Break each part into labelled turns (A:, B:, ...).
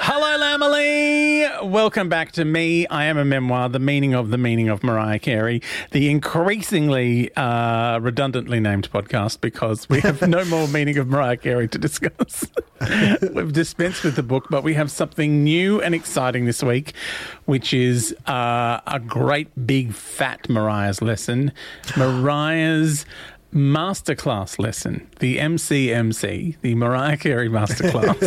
A: Hello, Lamely. Welcome back to me. I am a memoir, the meaning of the meaning of Mariah Carey, the increasingly uh, redundantly named podcast because we have no more meaning of Mariah Carey to discuss. We've dispensed with the book, but we have something new and exciting this week, which is uh, a great big fat Mariah's lesson. Mariah's. Masterclass lesson, the MCMC, the Mariah Carey Masterclass.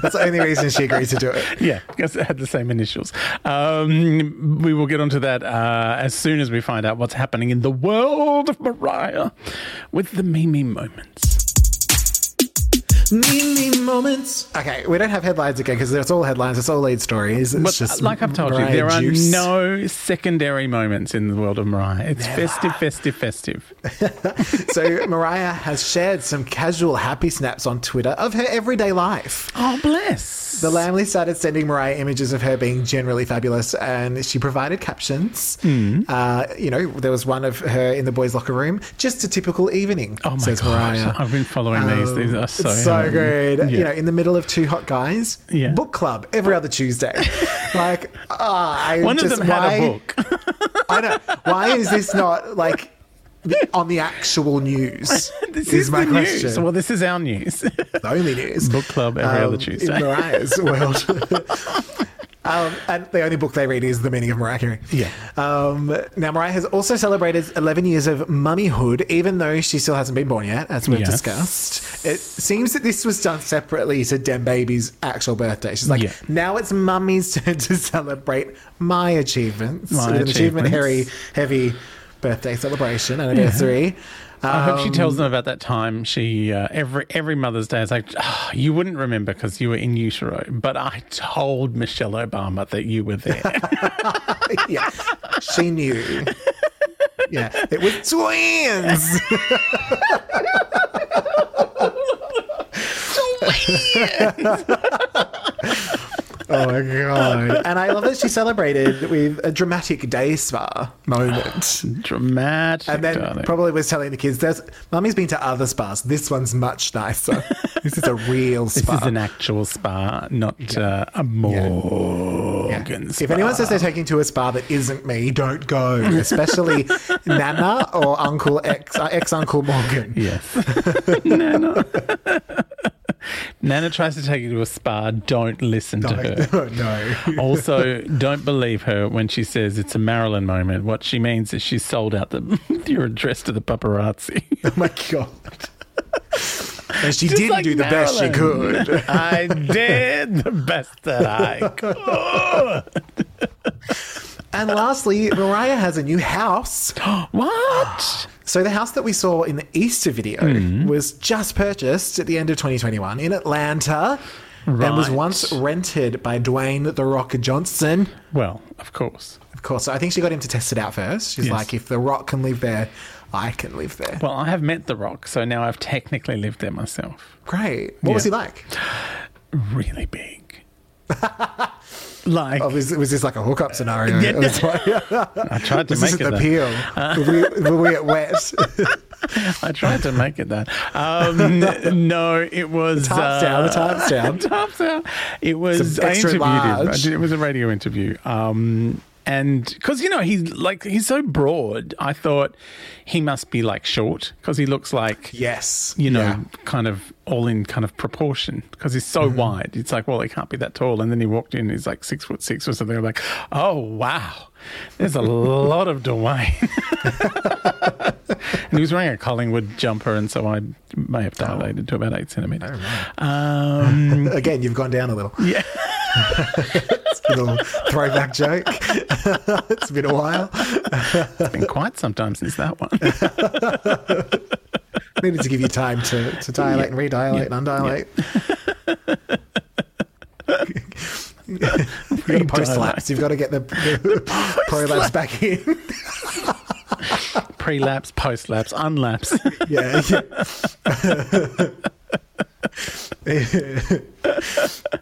B: That's the only reason she agreed to do it.
A: Yeah, because it had the same initials. Um, we will get onto that uh, as soon as we find out what's happening in the world of Mariah with the Mimi moments.
B: Mimi moments. Okay, we don't have headlines again because it's all headlines. It's all lead stories. It's
A: But uh,
B: just
A: like I've told you,
B: Mariah
A: there
B: juice.
A: are no secondary moments in the world of Mariah. It's festive, festive, festive.
B: so Mariah has shared some casual happy snaps on Twitter of her everyday life.
A: Oh, bless.
B: The Lamley started sending Mariah images of her being generally fabulous, and she provided captions.
A: Hmm.
B: Uh, you know, there was one of her in the boys' locker room. Just a typical evening,
A: Oh my
B: says
A: gosh,
B: Mariah.
A: I've been following these. These are so
B: Um, Oh, it's so
A: heavenly.
B: good.
A: Yeah.
B: You know, in the middle of two hot guys,
A: Yeah.
B: book club every other Tuesday. like, ah, I
A: One of
B: just-
A: them had
B: why-
A: a book.
B: I know. Why is this not like on the actual news?
A: This is, the news. Well, this is our news.
B: the only news.
A: Book club every other
B: Um,
A: Tuesday.
B: In Mariah's world. Um, and the only book they read is The Meaning of Mariah Carey.
A: Yeah.
B: Um, now, Mariah has also celebrated 11 years of mummyhood, even though she still hasn't been born yet, as we've
A: Yes.
B: discussed. It seems that this was done separately to Den Baby's actual birthday. She's like,
A: Yeah.
B: now it's mummy's turn to celebrate my achievements.
A: My
B: With an achievement heavy,
A: achievements.
B: heavy birthday celebration, anniversary.
A: I hope she
B: Um,
A: tells them about that time she uh, every every Mother's Day is like "Ah, you wouldn't remember because you were in utero, but I told Michelle Obama that you were there.
B: yeah, she knew. Yeah, it was twins. oh my god! And I love that she celebrated with a dramatic day spa moment,
A: Dramatic,
B: and then
A: darling.
B: probably was telling the kids, "There's mummy's been to other spas. This one's much nicer. This is a real
A: this
B: spa."
A: is an actual spa, not uh, a Morgan
B: Yeah.
A: spa.
B: If anyone says they're
A: uh,
B: taking to a spa that isn't me, don't go. Especially Nana or Uncle ex ex Uncle Morgan.
A: yes, Nana. Nana tries to take you to a spa. Don't listen to her.
B: oh, no.
A: Also, don't believe her when she says it's a Marilyn moment. What she means is she's sold out the your address to the paparazzi.
B: Oh my god. And she
A: Just
B: didn't
A: like
B: do the best she
A: Marilyn.
B: could.
A: I did the best that I could.
B: And lastly, Mariah has a new house.
A: what?
B: So the house that we saw in the Easter video
A: Mm-hmm.
B: was just purchased at the end of 2021 in Atlanta. And was
A: Right.
B: once rented by Dwayne the Rock Johnson.
A: Well, of course.
B: Of course, I think she got him to test it out first. She's
A: Yes.
B: like, if The Rock can live there, I can live there.
A: Well, I have met The Rock, so now I've technically lived there myself.
B: Great. What was
A: Yeah.
B: he like?
A: Really big. like,
B: Obviously, was this like a hookup scenario?
A: Yeah. Uh.
B: It was like-
A: I tried to
B: this
A: make
B: isn't
A: it
B: the
A: that.
B: peel. Were we, were we at wet?
A: I tried to make it that. Um, n- no, it was. uh,
B: Tops down, the tops down.
A: tops down. It was.
B: Some
A: I
B: extra
A: interviewed him. I
B: large.
A: did- it was a radio interview. Um, and because you know he's like he's so broad, I thought he must be like short because he looks like
B: Yes.
A: you know
B: Yeah. Mm-hmm.
A: kind of all in kind of proportion because he's so wide. It's like well he can't be that tall. And then he walked in, and he's like six foot six or something. I'm like, oh wow, there's a lot of Dwayne. And he was wearing a Collingwood jumper, and so I may have dilated to about eight centimeters. Um,
B: Again, you've gone down a little.
A: yeah,
B: It's a little throwback joke. it's been a while.
A: it's been quite some time since that one.
B: Needed to give you time to, to dilate and redilate and undilate.
A: pre
B: Post
A: prolapse.
B: lapse, you've got to get the, the prolapse back in.
A: Prelapse, post lapse, unlapse.
B: yeah.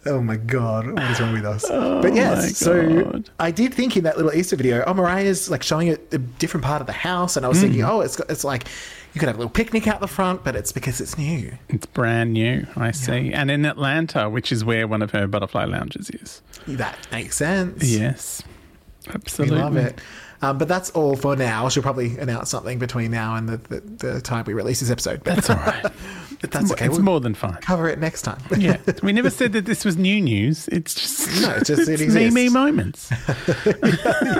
B: oh my god, what is wrong with us? but
A: my
B: yes, so
A: God.
B: I did think in that little Easter video, oh Mariah's like showing it a different part of the house, and I was thinking, oh, it's got, it's like you could have a little picnic out the front, but it's because it's new.
A: it's brand new, I see. And in Atlanta, which is where one of her butterfly lounges is.
B: That makes sense.
A: Yes.
B: we
A: Absolutely.
B: love it. Um, but that's all for now. She'll probably announce something between now and the, the, the time we release this episode. But
A: It's all right.
B: but that's okay.
A: It's
B: we'll
A: more than fine.
B: cover it next time.
A: Yeah. We never said that this was new news. It's just,
B: No, it just- it
A: it's me, me
B: exists.
A: moments.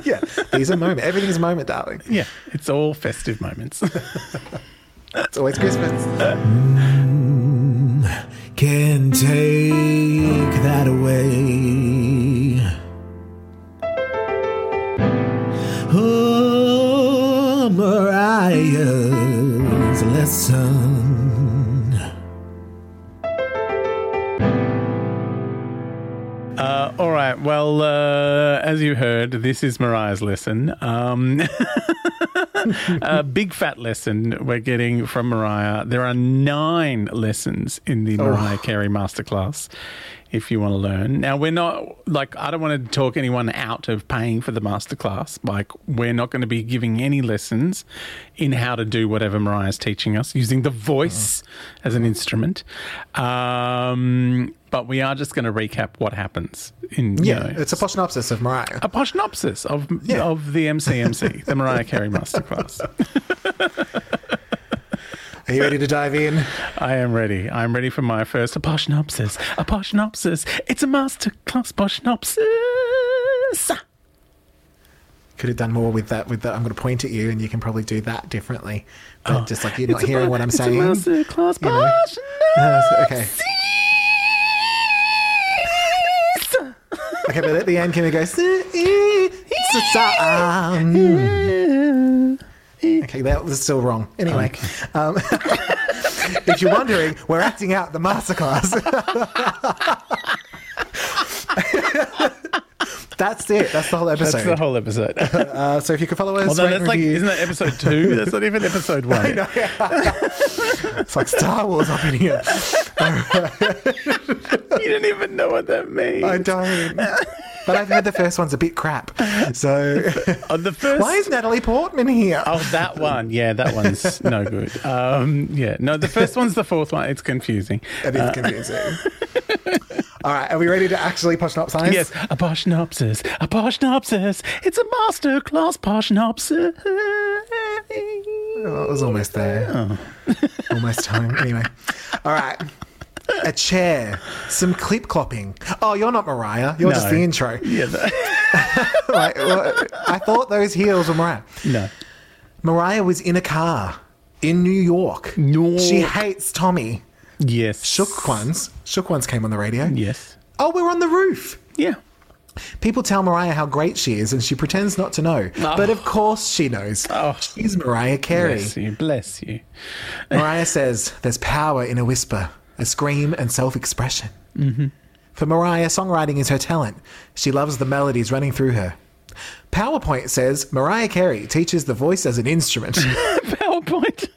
B: yeah, these are moment. Everything's a moment, darling.
A: Yeah. It's all festive moments.
B: It's always Christmas.
C: can take that away. Oh, Mariah's lesson.
A: Uh, all right. Well, uh, as you heard, this is Mariah's lesson. Um, a big fat lesson we're getting from Mariah. There are nine lessons in
B: Oh.
A: the Mariah Carey masterclass. If you want to learn, now we're not like I don't want to talk anyone out of paying for the masterclass. Like we're not going to be giving any lessons in how to do whatever Mariah's teaching us using the voice
B: Oh.
A: as an instrument. Um, but we are just going to recap what happens in you
B: Yeah,
A: know,
B: it's a poshnopsis of Mariah.
A: a poshnopsis of
B: Yeah.
A: of the MCMC, the Mariah Carey Masterclass.
B: Are you ready to dive in?
A: I am ready. I'm ready for my first a poshnopsis. A poshnopsis. It's a masterclass poshnopsis.
B: Could have done more with that. With that, I'm going to point at you, and you can probably do that differently. But just like you're not
A: It's a
B: hearing
A: ma-
B: what I'm
A: it's
B: saying.
A: A masterclass
B: you know.
A: poshnopsis.
B: Uh, so- okay. Okay, but at the end, can we go? "Si- ee, si- sa- ah, mm." Okay, that was still wrong. Anyway, um, if you're wondering, we're acting out the masterclass. That's it. That's the whole
A: That's
B: episode.
A: the whole episode.
B: uh, so if you could follow us,
A: Although
B: rate,
A: that's like,
B: review-
A: isn't that episode two? That's not even episode one. yet.
B: it's like Star Wars up in here.
A: You don't even know what that means.
B: I don't. But I've heard the first one's a bit crap. So
A: On Oh, the first
B: why is Natalie Portman here?
A: Oh, that one. Yeah, that one's no good. Um, yeah, no, the first one's the fourth one. It's confusing.
B: That is confusing. All right, are we ready to actually poshnopsize?
A: Yes, a poshnopsis, a poshnopsis. It's a masterclass poshnopsis.
B: Oh, it was almost there. almost time. Anyway. All right. A chair, some clip clopping. Oh, you're not Mariah. You're just
A: No.
B: the intro.
A: Yeah, that,
B: like, well, I thought those heels were Mariah.
A: no.
B: Mariah was in a car in New York.
A: New
B: She
A: York.
B: hates Tommy.
A: Yes.
B: Shook ones. Shook ones came on the radio.
A: Yes.
B: Oh, we're on the roof.
A: Yeah.
B: People tell Mariah how great she is, and she pretends not to know.
A: Oh.
B: But of course she knows.
A: Oh.
B: She's Mariah Carey.
A: Bless you. Bless you.
B: Mariah says there's power in a whisper, a scream, and self expression. Mm-hmm. For Mariah, songwriting is her talent. She loves the melodies running through her. PowerPoint says Mariah Carey teaches the voice as an instrument.
A: PowerPoint.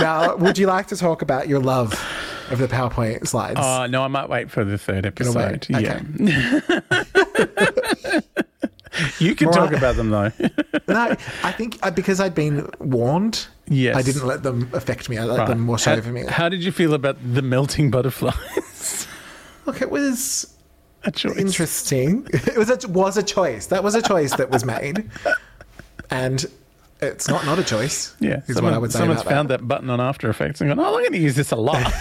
B: now, would you like to talk about your love of the PowerPoint slides?
A: Oh, no, I might wait for the third episode.
B: wait.
A: Yeah. you can
B: Mariah-
A: talk about them, though.
B: no, I think uh, because I'd been warned,
A: Yes.
B: I didn't let them affect me. I let
A: Right.
B: them wash
A: how,
B: over me.
A: How did you feel about the melting butterflies?
B: Look, it was
A: A choice.
B: interesting. It was a, was a choice. That was a choice that was made, and it's not not a choice.
A: Yeah,
B: is
A: someone-
B: what I would say
A: someone's
B: about
A: found
B: that.
A: that. button on After Effects and gone, "Oh, I'm going to use this a lot."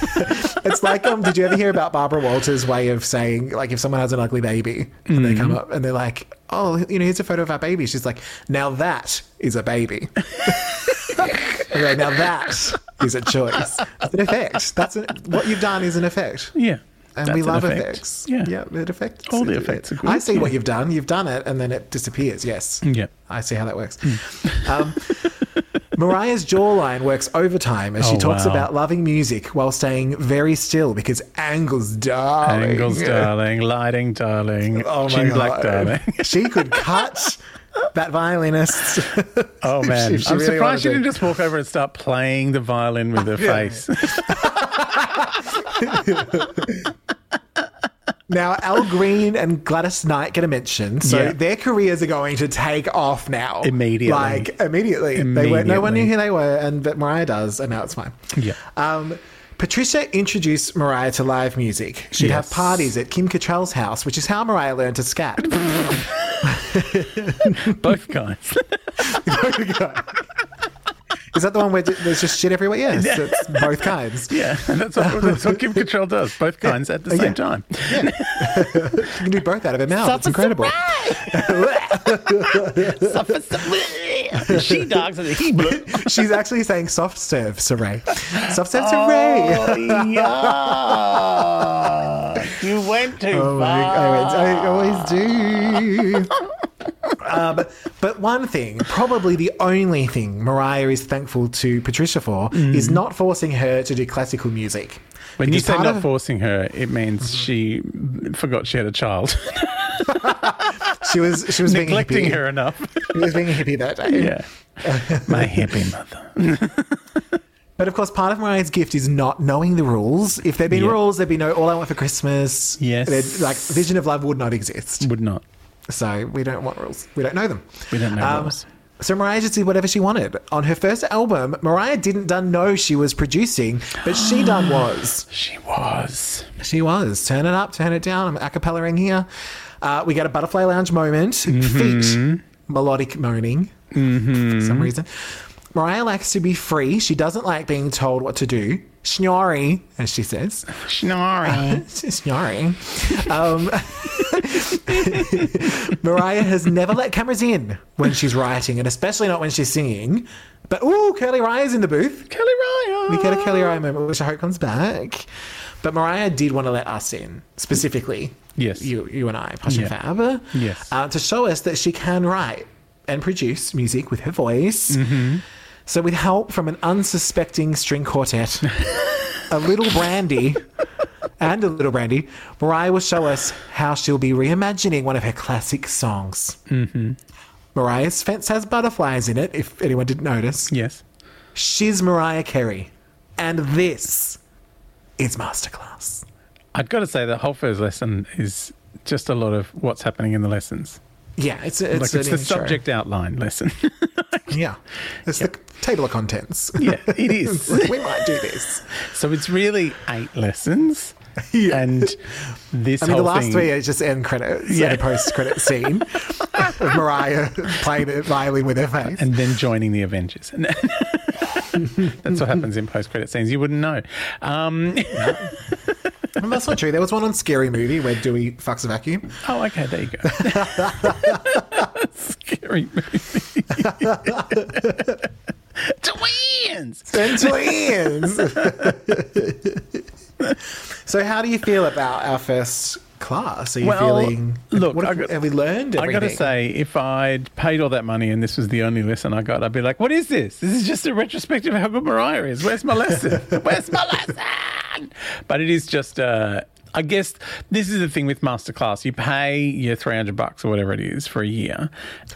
B: It's like, um, did you ever hear about Barbara Walters' way of saying, like, if someone has an ugly baby and they
A: Mm.
B: come up and they're like, "Oh, you know, here's a photo of our baby." She's like, "Now that is a baby." okay, now that is a choice. It's an effect. That's an, what you've done is an effect.
A: yeah,
B: And
A: that's
B: we
A: an
B: love
A: effect.
B: effects.
A: Yeah,
B: yeah, it affects
A: All the
B: it-
A: effects
B: it-
A: are good,
B: I see what
A: yeah.
B: you've done. You've done it, and then it disappears. Yes,
A: yeah.
B: I see how that works. Um, Mariah's jawline works overtime as she
A: Oh,
B: talks
A: wow.
B: about loving music while staying very still because angles, darling.
A: Angles, darling. Lighting, darling.
B: Oh my
A: Chin black,
B: God.
A: darling.
B: she could cut that violinist.
A: Oh man,
B: If she
A: I'm
B: really wanted
A: surprised she
B: to.
A: didn't just walk over and start playing the violin with her face.
B: Now, Al Green and Gladys Knight get a mention, so
A: Yeah.
B: their careers are going to take off now
A: Immediately.
B: Like immediately, they were no
A: Immediately.
B: one knew who they were, and but Mariah does, and now it's fine.
A: Yeah.
B: Um, Patricia introduced Mariah to live music. She'd
A: Yes.
B: have parties at Kim Cattrall's house, which is how Mariah learned to scat.
A: Both kinds.
B: is that the one where d- there's just shit everywhere? Yes, it's both kinds.
A: yeah, and that's what, that's what Kim Cattrall does. Both kinds at the same
B: Yeah.
A: time.
B: You can do both out of her mouth. It's incredible.
A: she dogs and he.
B: She's actually saying soft serve, Saray. Soft
A: Oh.
B: serve, Saray.
A: yeah. You went too
B: Oh, I, I- I always do. um, but one thing, probably the only thing Mariah is thankful to Patricia for, is not forcing her to do classical music.
A: Mm. When you
B: Because
A: say
B: part
A: not
B: of- Mm-hmm.
A: forcing her, it means she forgot she had a child,
B: She was she was being a
A: neglecting
B: hippie.
A: her enough.
B: She was being a hippie that day.
A: yeah, my hippie mother.
B: But of course, part of Mariah's gift is not knowing the rules. If there'd been
A: Yeah.
B: rules, there'd be no "All I Want for Christmas."
A: Yes.
B: There'd- like Vision of Love would not exist.
A: Would not.
B: So we don't want rules. We don't know them. Um,
A: We don't know rules.
B: So Mariah just did whatever she wanted. On her first album, Mariah didn't done know she was producing, but she done was.
A: She was.
B: She was. Turn it up, turn it down. I'm acapella in here. Uh, we get a butterfly lounge moment.
A: Mm-hmm.
B: Feet. Melodic moaning. For some reason. Mariah likes to be free. She doesn't like being told what to do. Schnorry, as she says.
A: Snoring.
B: She's snoring. Um, Mariah has never let cameras in when she's writing, and especially not when she's singing. But ooh, Curly Raya's in the booth.
A: Kelly Ryan.
B: We get a Curly Raya moment, which I hope comes back. But Mariah did want to let us in specifically.
A: Yes.
B: you, you and I, Posh
A: Yeah.
B: and Fab.
A: Yes.
B: uh, to show us that she can write and produce music with her voice.
A: Mm-hmm.
B: So, with help from an unsuspecting string quartet, a little brandy, and a little brandy, Mariah will show us how she'll be reimagining one of her classic songs. Mm-hmm. Mariah's fence has butterflies in it, if anyone didn't notice.
A: Yes.
B: She's Mariah Carey. And this is Masterclass.
A: I've got to say that whole first lesson is just a lot of what's happening in the lessons.
B: Yeah, it's, a,
A: like
B: it's,
A: it's the
B: an intro.
A: subject outline lesson.
B: Yeah. It's the table of contents.
A: yeah, it is.
B: we might do this.
A: So it's really eight lessons,
B: Yeah.
A: and this
B: I mean, the
A: whole
B: last
A: thing.
B: three are just end credits
A: Yeah.
B: and a post credit scene of Mariah playing the violin with her face.
A: and then joining the Avengers. And That's what happens in post-credit scenes. You wouldn't know. Um,
B: And that's not true. There was one on Scary Movie where Dewey fucks a vacuum.
A: oh, okay, there you go. Scary movie. Twins.
B: And twins! so, how do you feel about our first class? Are you
A: Well,
B: feeling.
A: look,
B: what
A: I
B: have,
A: got-
B: have we learned
A: I got to
B: everything?
A: say, if I'd paid all that money and this was the only lesson I got, I'd be like, "What is this? This is just a retrospective of how good Mariah is. Where's my lesson? Where's my lesson?" But it is just, uh, I guess, this is the thing with masterclass. You pay your three hundred bucks or whatever it is for a year.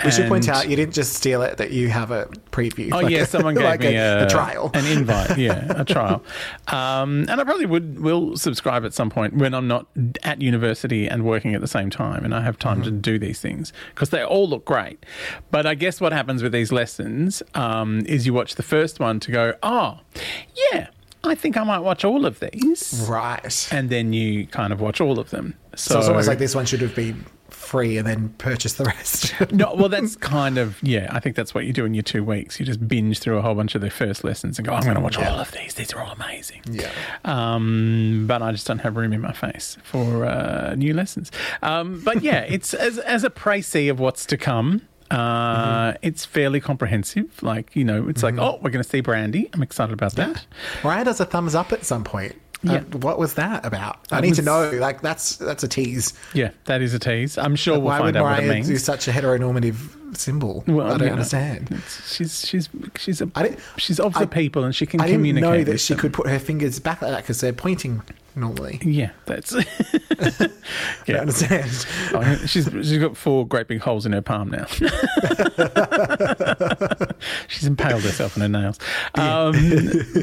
B: We should point out you didn't just steal it; that you have a preview.
A: Oh yeah, someone gave
B: like
A: me
B: a,
A: a,
B: a trial.
A: an invite. Yeah, a trial. Um, and I probably would will subscribe at some point when I'm not at university and working at the same time, and I have time to
B: Mm-hmm.
A: do these things because they all look great. But I guess what happens with these lessons um, is you watch the first one to go, oh, yeah, I think I might watch all of these,
B: right. So,
A: and then you kind of watch all of them. So,
B: it's almost like this one should have been free and then purchase the rest.
A: No, well, that's kind of yeah. I think that's what you do in your two weeks. You just binge through a whole bunch of their first lessons and go, "I'm going to watch all of these. These are all amazing."
B: Yeah.
A: Um, but I just don't have room in my face for uh, new lessons. Um, but yeah, it's as as a précis of what's to come.
B: Mm-hmm.
A: Uh, It's fairly comprehensive. Like you know, it's like oh, we're going to see Brandy. I'm excited about that.
B: Mariah does a thumbs up at some point.
A: Yeah.
B: Uh, what was that about? I
A: That
B: need to
A: was-
B: know. Like that's that's a tease.
A: Yeah, that is a tease. I'm sure we'll
B: Why would
A: find out what it
B: Mariah
A: means.
B: do such a heteronormative symbol?
A: Well,
B: I
A: you
B: don't
A: know,
B: understand.
A: it's- She's she's she's a,
B: I didn't-
A: she's of the
B: I-
A: people and she can
B: I didn't
A: communicate.
B: know that
A: with
B: she
A: them.
B: could put her fingers back like that because they're pointing normally.
A: Yeah, that's.
B: I
A: yeah,
B: understand.
A: Oh, she's she's got four great big holes in her palm now. she's impaled herself in her nails. Um,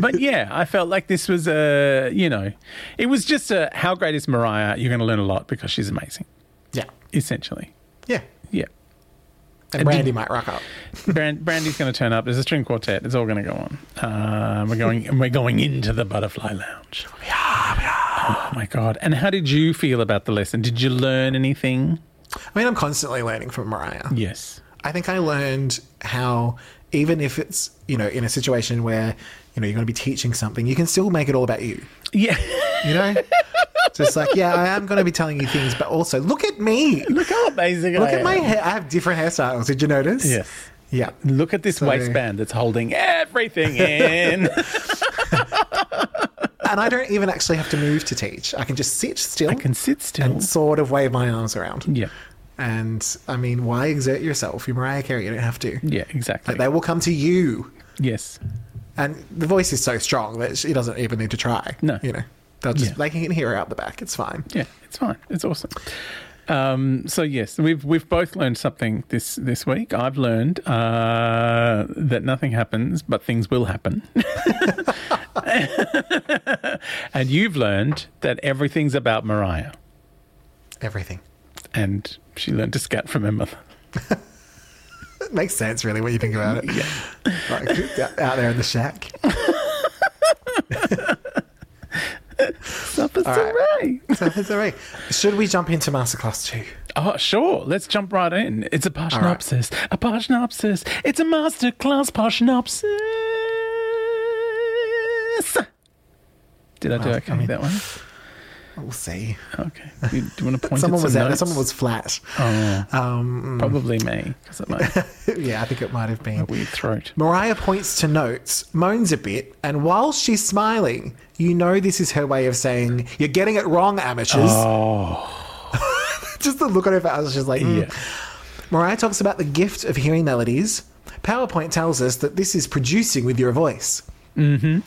A: but yeah, I felt like this was a you know, it was just a how great is Mariah? You're going to learn a lot because she's amazing,
B: Yeah.
A: essentially.
B: Yeah.
A: Yeah, And
B: And,
A: did-
B: Brandy might rock up.
A: Brand, Brandy's going to turn up. There's a string quartet. It's all going to go on. Uh, we're going and we're going into the butterfly lounge. Oh my god! And how did you feel about the lesson? Did you learn anything?
B: I mean, I'm constantly learning from Mariah.
A: Yes.
B: I think I learned how even if it's you know in a situation where you know you're going to be teaching something, you can still make it all about you.
A: Yeah.
B: You know, just like yeah, I am going to be telling you things, but also look at me.
A: Look how amazing
B: Look
A: I
B: at my
A: am.
B: hair. I have different hairstyles. Did you notice?
A: Yes.
B: Yeah.
A: Look at this
B: So-
A: waistband that's holding everything in.
B: And I don't even actually have to move to teach. I can just sit still
A: I can sit still.
B: and sort of wave my arms around.
A: Yeah.
B: And I mean, why exert yourself? You're Mariah Carey. You don't have to.
A: Yeah, exactly.
B: Like, they will come to you.
A: yes.
B: And the voice is so strong that she doesn't even need to try.
A: No.
B: You know, they'll just,
A: Yeah.
B: they can hear her out the back. It's fine.
A: Yeah, it's fine. It's awesome. Um, so yes, we've we've both learned something this this week. I've learned uh, that nothing happens, but things will happen, and you've learned that everything's about Mariah,
B: Everything.
A: and she learned to scat from her mother.
B: It makes sense, really, when you think about it. Yeah. Like, out out there in the shack.
A: Supper's
B: right.
A: hooray.
B: So it's all right. Should we jump into Masterclass 2?
A: Oh, sure. Let's jump right in. It's a parsnopsis. A parsnopsis. It's a masterclass parsnopsis. Did I do okay with that one?
B: We'll see.
A: Okay. You- Do you want to point
B: Someone
A: at some
B: was out,
A: notes?
B: someone was flat.
A: Oh,
B: Um,
A: probably me because of my
B: yeah, I think it might have been.
A: weird throat.
B: Mariah points to notes, moans a bit, and while she's smiling, you know this is her way of saying, You're getting it wrong, amateurs.
A: Oh,
B: Just the look on her face, she's like, "Mm."
A: yeah.
B: Mariah talks about the gift of hearing melodies. PowerPoint tells us that this is producing with your voice. Mm-hmm.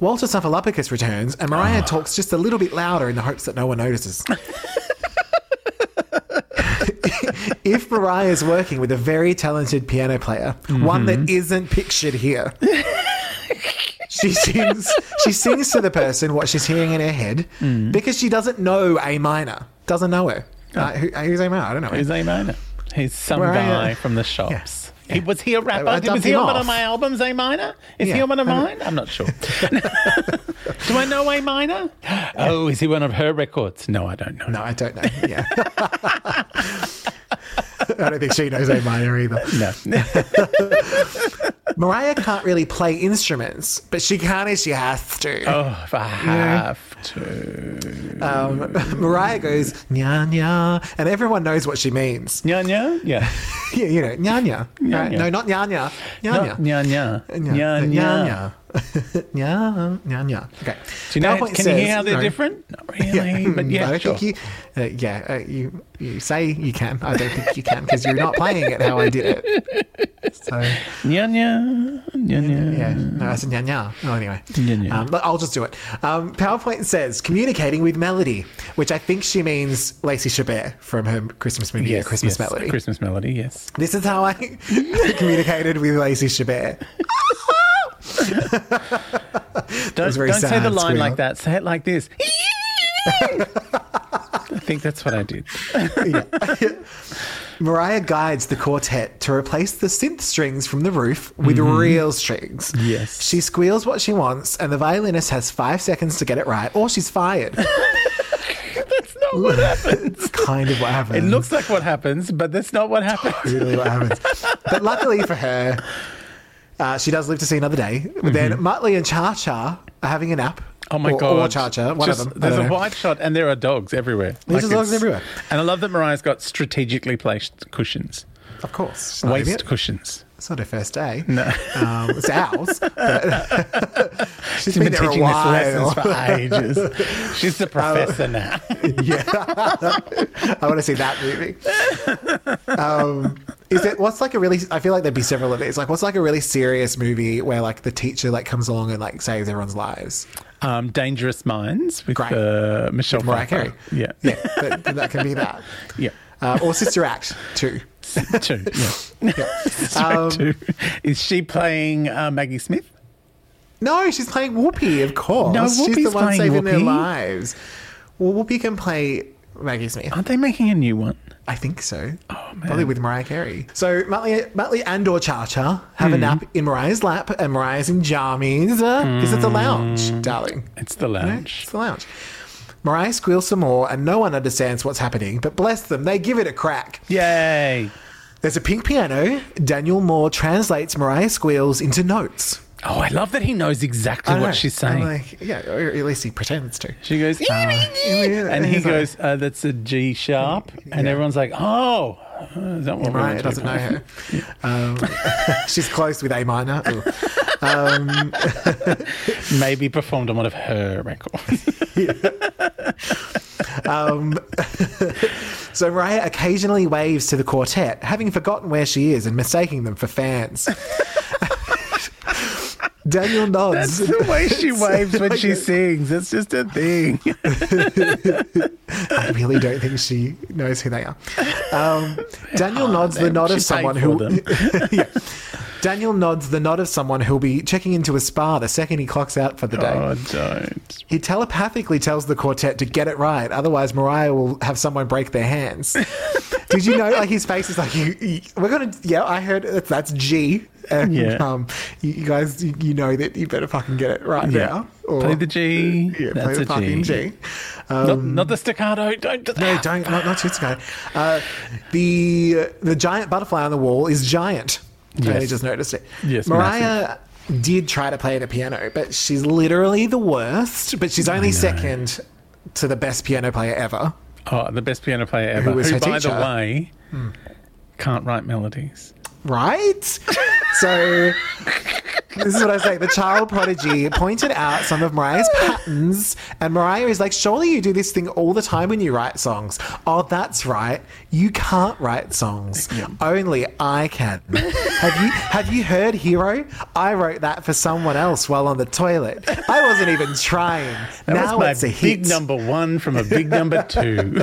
B: Walter Suffolopicus returns, and Mariah talks just a little bit louder in the hopes that no one notices. if Mariah is working with a very talented piano player, one that isn't pictured here. She sings. She sings to the person what she's hearing in her head because she doesn't know A minor. Doesn't know her. Uh, who, who's A minor? I don't know. her.
A: Who's Minor? He's some
B: Where are
A: guy
B: you?
A: from the shops. He was he a rapper?
B: I
A: was
B: dumped
A: he
B: him
A: on one
B: off.
A: of my albums, A minor? Is he
B: Yeah.
A: on one of mine? I'm not sure. Do I know A minor? Oh, is he one of her records? No, I don't know.
B: No, I don't know. Yeah. I don't think she knows A minor either.
A: No.
B: Mariah can't really play instruments, but she can if she has to.
A: oh, if I have to.
B: Um, Mariah goes, nya nya, and everyone knows what she means.
A: Nya nya? Yeah.
B: Yeah, you know, nya nya. Right?
A: nya.
B: No, not nya nya. Nya
A: Nya
B: nya.
A: nya. Nya nya.
B: Nya nya. Nya nya nya. Okay.
A: Do you know,
B: PowerPoint
A: can you
B: says-
A: hear how they're
B: sorry.
A: different? Not really, but
B: I
A: yeah,
B: don't
A: sure.
B: think you, uh, yeah, uh, you you say you can. I don't think you can because you're not playing it how I did it. So
A: Nya nya. Nya nya.
B: Yeah, no, I said nya nya. Oh, anyway,
A: Nya, nya.
B: Um, but I'll just do it. Um, PowerPoint says communicating with melody, which I think she means Lacey Chabert from her Christmas movie, A Christmas
A: yes,
B: Melody.
A: Christmas melody, yes.
B: this is how I communicated with Lacey Chabert.
A: Don't,
B: was very
A: don't say
B: sad,
A: the line
B: squeal.
A: like that. Say it like this. I think that's what I did.
B: Mariah guides the quartet to replace the synth strings from the roof with real strings.
A: Mm-hmm. Yes.
B: She squeals what she wants, and the violinist has five seconds to get it right, or she's fired.
A: That's not what happened.
B: It's kind of what happens.
A: It looks like what happens, but that's not what happened.
B: really what happens. but luckily for her, uh, she does live to see another day. But Then Muttley and Cha Cha are having a nap.
A: Mm-hmm. Oh my
B: or,
A: god!
B: Or Cha Cha, one
A: Just-
B: of them. I
A: There's
B: don't
A: a
B: know.
A: wide shot, and there are dogs everywhere.
B: There's dogs
A: it's-
B: everywhere.
A: and I love that Mariah's got strategically placed cushions,
B: Of course. She's not an
A: waist
B: idiot.
A: cushions.
B: It's not her first day.
A: No.
B: Um, it's ours. but- she's
A: She's
B: been
A: been
B: there a
A: teaching this lessons
B: while.
A: for ages. She's the professor now.
B: yeah. I want to see that movie. Um, Is it what's like a really? I feel like there'd be several of these. Like, what's like a really serious movie where like the teacher like comes along and like saves everyone's lives?
A: Um, Dangerous Minds with
B: Great.
A: uh, Michelle
B: Mariah
A: Pfeiffer.
B: Carey.
A: Yeah.
B: yeah, that, that can be that.
A: Yeah.
B: Uh, or Sister Act too.
A: Two. Yeah. Sorry,
B: Um,
A: two. Is she playing uh, Maggie Smith?
B: No, she's playing Whoopi, of course.
A: No,
B: she's the
A: Whoopi's
B: one
A: playing
B: saving their
A: Whoopi.
B: lives. Well, Whoopi can play Maggie Smith.
A: Aren't they making a new one?
B: I think so. Oh, man. Probably with Mariah Carey. So Muttley, Muttley and or Cha Cha have
A: Hmm.
B: a nap in Mariah's lap and Mariah's in jammies. Uh, Because it's a
A: Hmm.
B: lounge, darling.
A: It's the
B: You know,
A: lounge.
B: It's the lounge. Mariah squeals some more and no one understands what's happening, but bless them, they give it a crack.
A: Yay.
B: There's a pink piano. Daniel Moore translates Mariah squeals into notes.
A: Oh, I love that he knows exactly
B: I
A: what
B: know.
A: she's
B: I'm
A: saying.
B: like, yeah, or at least he pretends to.
A: she goes, "Ah." and he goes, uh, that's a G sharp. And everyone's like, oh, uh, is that what
B: Mariah doesn't know her. Um, she's close with A minor. Ooh.
A: Maybe performed on one of her records.
B: So Mariah occasionally waves to the quartet, having forgotten where she is and mistaking them for fans. Daniel nods.
A: That's the way she waves when she sings. It's just a thing.
B: I really don't think she knows who they are. Um, Daniel nods the
A: them.
B: nod
A: Ah, She
B: of
A: paid
B: someone
A: for
B: who.
A: them.
B: Yeah. Daniel nods the nod of someone who'll be checking into a spa the second he clocks out for the day.
A: Oh, don't.
B: He telepathically tells the quartet to get it right, otherwise Mariah will have someone break their hands. Did you know? Like his face is like, you, you- we're gonna, yeah, I heard that's, that's G, and
A: Yeah.
B: um, you, you guys, you, you know that you better fucking get it right
A: Yeah.
B: now.
A: Play the G.
B: yeah, play
A: That's
B: the
A: a
B: fucking G.
A: G.
B: Um,
A: Not, not the staccato. Don't do
B: no,
A: that.
B: don't not, not too scared. Uh, the the giant butterfly on the wall is giant. I
A: Yes.
B: only just noticed it.
A: Yes,
B: Mariah did try to play the piano, but she's literally the worst. But she's only second to the best piano player ever.
A: Oh, the best piano player ever.
B: was
A: Who,
B: her
A: by the
B: teacher.
A: way, can't write melodies.
B: Right? so this is what I say. The child prodigy pointed out some of Mariah's patterns, and Mariah is like, Surely you do this thing all the time when you write songs. Oh, that's right. You can't write songs. Only I can. have you have you heard Hero? I wrote that for someone else while on the toilet. I wasn't even trying.
A: That was
B: now
A: my
B: it's a
A: big
B: hit.
A: number one from a big number two.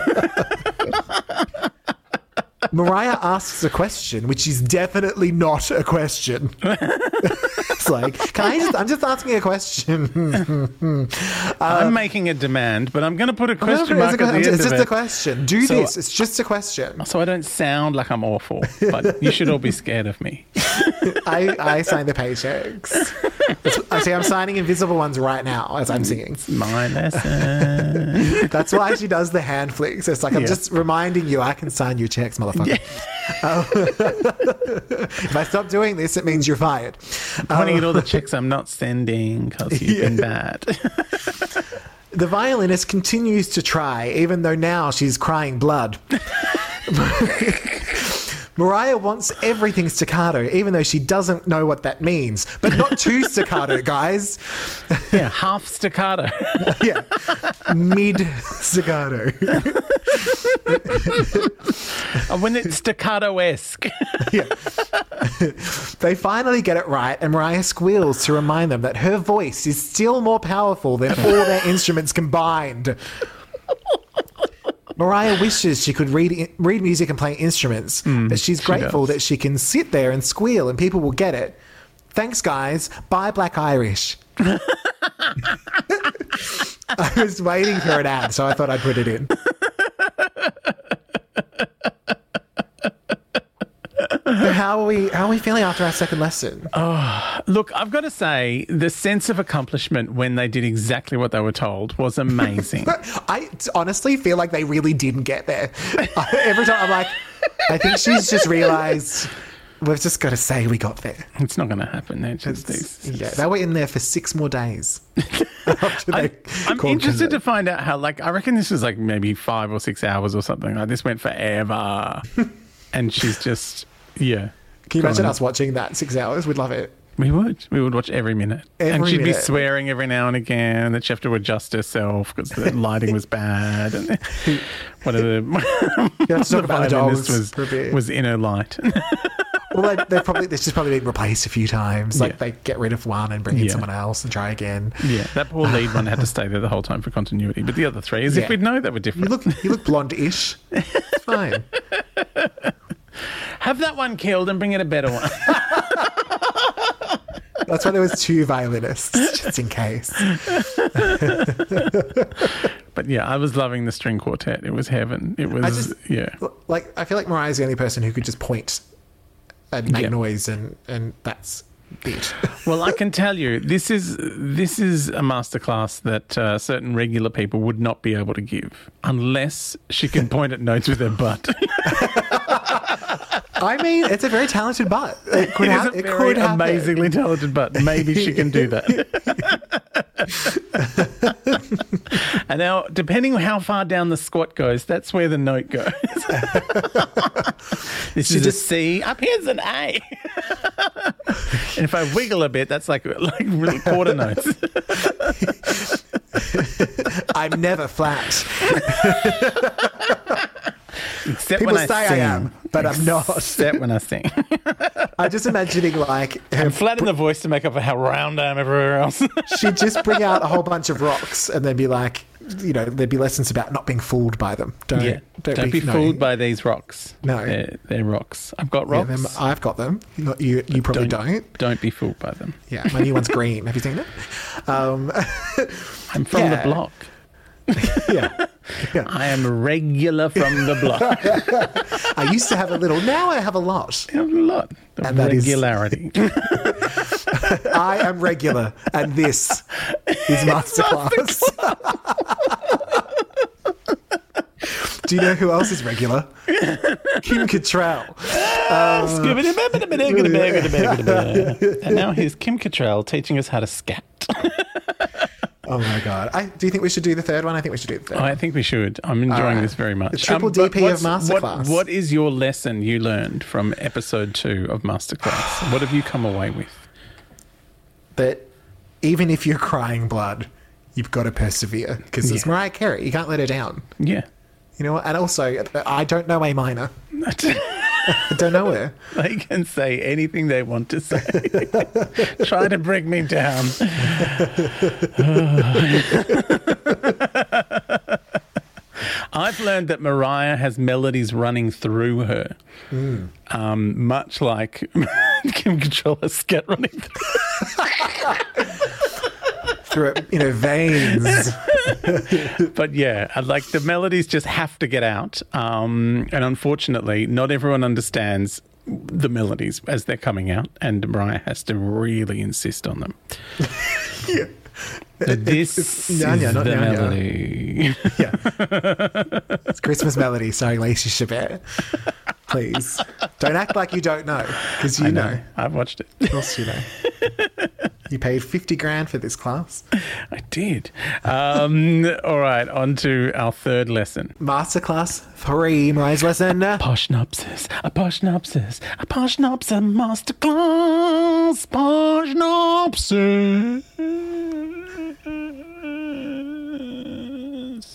B: Mariah asks a question, which is definitely not a question. it's like, can I just? I'm just asking a question. Um,
A: I'm making a demand, but I'm going to put a question
B: it's a
A: mark
B: que-
A: at the
B: it's
A: end
B: just
A: of
B: a
A: it.
B: question. Do
A: So-
B: this. It's just a question.
A: so I don't sound like I'm awful, but you should all be scared of me.
B: I, I sign the paychecks. It's- I see. I'm signing invisible ones right now as I'm singing.
A: My lesson.
B: That's why she does the hand flicks. It's like I'm
A: Yeah.
B: just reminding you, I can sign your checks, motherfucker. Oh. if I stop doing this, it means you're fired.
A: Pointing at all the checks I'm not sending because you've been bad.
B: The violinist continues to try, even though now she's crying blood. Mariah wants everything staccato, even though she doesn't know what that means. But not too staccato, guys.
A: yeah, half staccato.
B: Yeah. Mid staccato.
A: when it's staccato esque.
B: They finally get it right, and Mariah squeals to remind them that her voice is still more powerful than all their instruments combined. Mariah wishes she could read read music and play instruments, but she's grateful that she can sit there and squeal and people will get it. Thanks, guys. Bye, Black Irish. I was waiting for an ad, so I thought I'd put it in. But how are we? How are we feeling after our second lesson?
A: Look, I've got to say, the sense of accomplishment when they did exactly what they were told was amazing.
B: I t- honestly feel like they really didn't get there. Every time I'm like, I think she's just realized we've just got to say we got there.
A: it's not going to happen. They're just these.
B: Yeah, they were in there for six more days. after they
A: I'm
B: called
A: interested to
B: Canada.
A: find out how, like, I reckon this was like maybe five or six hours or something. Like, this went forever. and she's just, yeah.
B: Can you imagine
A: gone.
B: us watching that six hours? We'd love it.
A: We would. We would watch every minute. and
B: Every
A: she'd be
B: minute.
A: swearing every now and again that she have to adjust herself because the lighting was bad. And one of the,
B: You have to
A: the
B: talk about the
A: violinist
B: dogs
A: was,
B: for a bit.
A: was inner light.
B: well, they, they've probably this has probably been replaced a few times. Like
A: Yeah.
B: they get rid of one and bring in
A: Yeah.
B: someone else and try again.
A: yeah, that poor lead one had to stay there the whole time for continuity. But the other three, as if
B: Yeah.
A: we'd know they were
B: You
A: different.
B: look you look blonde-ish. It's fine.
A: have that one killed and bring in a better one.
B: That's why there was two violinists, just in case.
A: but yeah, I was loving the string quartet. It was heaven. It was,
B: I just
A: yeah.
B: like I feel like Mariah's the only person who could just point and make
A: Yeah.
B: noise and and that's it.
A: Well, I can tell you, this is this is a masterclass that uh, certain regular people would not be able to give unless she can point at notes with her butt.
B: I mean, it's a very talented butt. It could,
A: it is
B: ha-
A: a
B: it
A: very
B: could happen.
A: amazingly talented butt. Maybe she can do that. and now, depending on how far down the squat goes, that's where the note goes. this is a
B: just-
A: C. Up here's an A. and if I wiggle a bit, that's like like really quarter notes.
B: I'm never flat.
A: Except
B: People
A: when
B: say
A: I
B: I,
A: sing.
B: am, but I'm not.
A: Except when I sing.
B: I'm just imagining like her,
A: And flatten the voice to make up for how round I am everywhere else.
B: she'd just bring out a whole bunch of rocks and then be like, you know, there'd be lessons about not being fooled by them. Don't
A: Don't, be,
B: no.
A: fooled by these rocks.
B: No.
A: They're, they're rocks. I've got
B: Yeah,
A: rocks.
B: them. I've got them. Not you. You probably don't.
A: Don't be fooled by them.
B: Yeah, my new one's green. Have you seen it? Um,
A: I'm from
B: Yeah.
A: the block.
B: yeah. yeah.
A: I am a regular from the block.
B: I used to have a little. Now I have a lot.
A: a lot of
B: And that is-
A: regularity.
B: I am regular, and this is masterclass. Do you know who else is regular? Kim Cattrall.
A: and now here's Kim Cattrall teaching us how to scat.
B: Oh my god! I, do you think we should do the third one? I think we should do the third.
A: I think we should. I'm enjoying
B: right.
A: this very much.
B: The triple
A: but
B: DP of
A: what's- what-
B: Masterclass.
A: what is your lesson you learned from episode two of Masterclass? what have you come away with?
B: That even if you're crying blood, you've got to persevere because it's
A: Yeah.
B: Mariah Carey. You can't let her down.
A: Yeah.
B: You know. what? And also, I don't know A minor. I don't know her.
A: they can say anything they want to say. Try to bring me down. I've learned that Mariah has melodies running through her, um, much like Kim Cattrall has scat running through
B: Through it, you know, veins.
A: but yeah, I- like the melodies just have to get out. Um, and unfortunately, not everyone understands the melodies as they're coming out, and Mariah has to really insist on them. But this is
B: Nya, nya, not
A: the
B: nya, nya.
A: melody.
B: Yeah. it's Christmas melody starring Lacey Chabert. Please. Don't act like you don't know, because you
A: I
B: know.
A: know. I've watched it.
B: Of course you know. you paid 50 grand for this class.
A: I did. Um, all right, on to our third lesson.
B: Masterclass three, Mariah's lesson.
A: Poshnopsis, a poshnopsis, a poshnopsis masterclass, poshnopsis.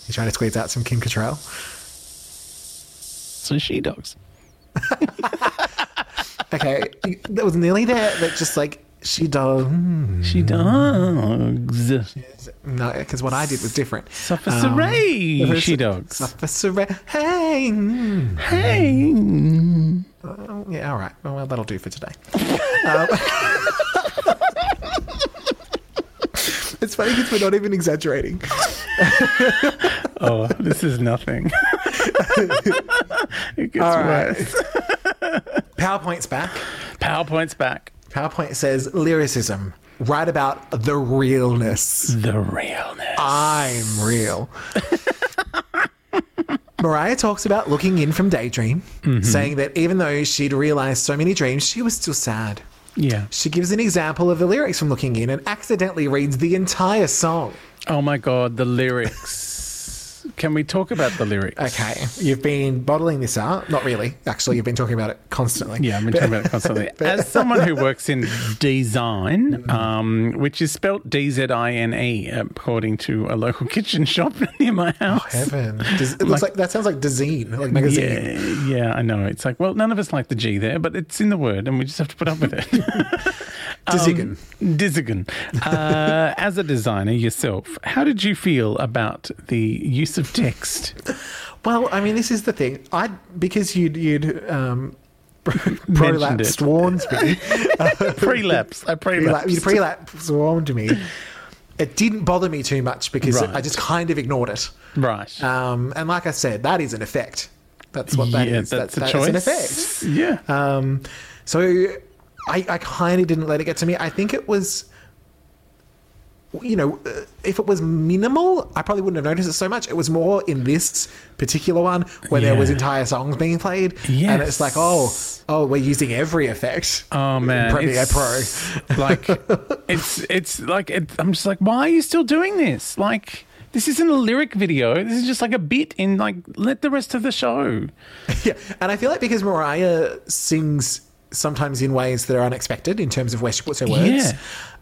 B: You trying to squeeze out some Kim Cattrall?
A: So she dogs.
B: Okay. you- that was nearly there, but just like, she does. hmm,
A: She
B: Mm.
A: dogs.
B: No, because what I did was different.
A: Suffer Saray,
B: Um,
A: she dogs.
B: Suffer surre- Hey. mm.
A: Hey.
B: Oh, yeah, all right. Well, well, that'll do for today. um, it's funny because we're not even exaggerating.
A: Oh, this is nothing. it gets
B: All right.
A: worse.
B: PowerPoint's back.
A: PowerPoint's back.
B: PowerPoint says lyricism. Write about the realness.
A: The realness.
B: Uh, I'm real. Mariah talks about looking in from daydream,
A: Mm-hmm.
B: saying that even though she'd realized so many dreams, she was still sad.
A: Yeah.
B: She gives an example of the lyrics from Looking In and accidentally reads the entire song.
A: Oh my God, the lyrics. lyrics? Can we talk about the lyrics?
B: Okay, you've been bottling this up. Not really, actually. You've been talking about it constantly.
A: Yeah, I've been talking about it constantly. As someone who works in
B: Mm-hmm.
A: design, um, which is spelt D Z I N E, according to a local kitchen shop near my
B: Oh,
A: house.
B: Heaven. Does, it looks like, that sounds like Dazine, like magazine.
A: yeah, yeah, I know. It's like, well, none of us like the G there, but it's in the word, and we just have to put up with it. Um,
B: Dazigan.
A: Dizigan. Uh, as a designer yourself, how did you feel about the use of text?
B: Well, I mean, this is the thing. I because you'd you'd um,
A: it.
B: prolapsed warns me.
A: Prelapse. I
B: Prelapse,
A: prelapsed.
B: you prelapse warned me. It didn't bother me too much because
A: Right.
B: I just kind of ignored it.
A: Right.
B: Um, and like I said, that is an effect. That's what that is.
A: yeah,
B: That-
A: that's a
B: that is
A: choice.
B: an effect.
A: Yeah.
B: Um, so I, I kind of didn't let it get to me. I think it was, you know, uh, if it was minimal, I probably wouldn't have noticed it so much. It was more in this particular one where there was
A: Yeah.
B: entire songs being played, and it's like, oh,
A: Yes.
B: oh, we're using every effect.
A: Oh man,
B: Premiere
A: it's
B: Pro.
A: like it's it's like it, I'm just like, why are you still doing this? Like this isn't a lyric video. This is just like a bit in like let the rest of the show.
B: Yeah, and I feel like because Mariah sings sometimes in ways that are unexpected in terms of where she puts her words,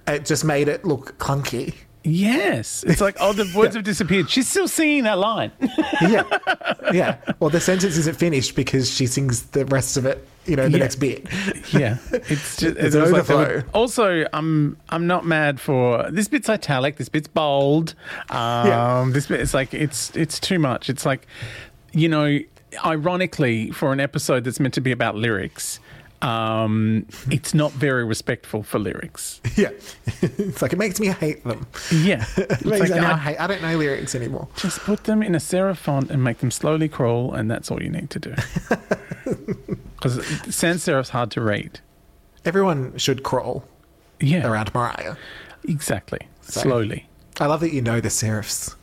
B: it just made it look clunky.
A: Yes, it's like oh the words have disappeared. She's still singing that line.
B: Yeah, yeah. Well, the sentence isn't finished because she sings the rest of it. You know, the
A: Yeah.
B: next bit.
A: yeah, it's just
B: It's
A: it was like they
B: overflow.
A: were- also, I'm I'm not mad for this bit's italic. This bit's bold. Um,
B: Yeah.
A: This bit it's like it's it's too much. It's like you know, ironically, for an episode that's meant to be about lyrics, um, it's not very respectful for lyrics.
B: Yeah, it's like it makes me hate them.
A: Yeah,
B: It
A: it's
B: makes
A: like
B: I, now
A: I
B: hate. I don't know lyrics anymore.
A: just put them in a serif font and make them slowly crawl, and that's all you need to do. Because sans serif's hard to read.
B: Everyone should crawl
A: Yeah,
B: around Mariah.
A: exactly. Slowly.
B: I love that you know the serifs.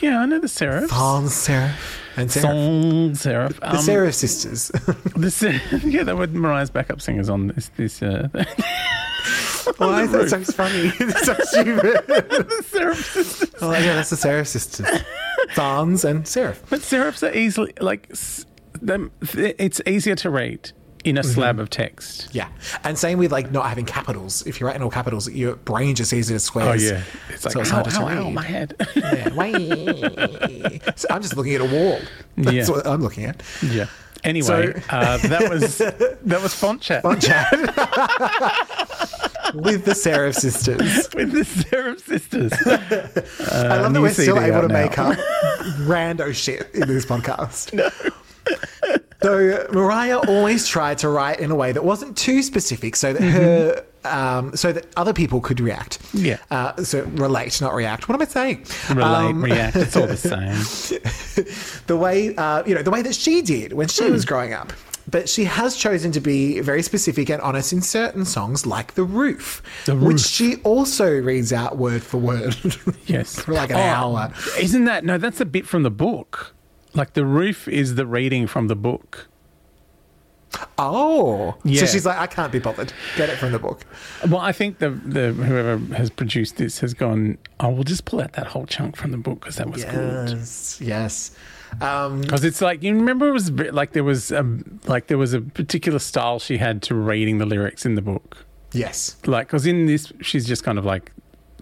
A: Yeah, I know the serifs.
B: Sans serif and serif.
A: Sans serif.
B: the
A: Um,
B: serif sisters.
A: the ser- yeah, that were Mariah's backup singers on this. this uh, the
B: Why is that so funny? it's so stupid.
A: serif sisters.
B: Oh yeah, that's the Serif sisters. Sans and Serif.
A: But serifs are easily, like, s- them, th- it's easier to read in
B: Mm-hmm.
A: a slab of text.
B: Yeah. And same with like not having capitals. If you write in all capitals, your brain just sees it as
A: Oh,
B: squares.
A: yeah. It's like,
B: so it's
A: ow,
B: hard to
A: ow, ow,
B: read.
A: my head.
B: Yeah. Wait. so I'm just looking at a wall. That's
A: Yeah.
B: what I'm looking at.
A: yeah. Anyway,
B: So-
A: uh, that was that was font chat
B: On chat. with the Serif sisters.
A: with the serif sisters. Um,
B: I love that we're still
A: Uh, CD
B: able
A: out
B: to
A: now.
B: make up rando shit in this podcast. No. So Mariah always tried to write in a way that wasn't too specific, so that her, um, so that other people could react.
A: Mm-hmm. Yeah.
B: Uh, so relate, not react. What am I saying?
A: Relate,
B: Um,
A: react. It's all the same.
B: the way uh, you know the way that she did when she
A: Hmm.
B: was growing up. But she has chosen to be very specific and honest in certain songs, like "The Roof,"
A: The
B: which
A: Roof.
B: she also reads out word for word.
A: Yes. Oh,
B: for like an hour.
A: Isn't that no, that's a bit from the book. Like the roof is the reading from the book.
B: Oh,
A: Yeah.
B: so she's like, I can't be bothered. Get it from the book.
A: Well, I think the, the whoever has produced this has gone, oh, we'll just pull out that whole chunk from the book because that was good.
B: yes. Um,
A: Because it's like you remember it was a bit like there was a like there was a particular style she had to reading the lyrics in the book.
B: yes.
A: Like because in this she's just kind of like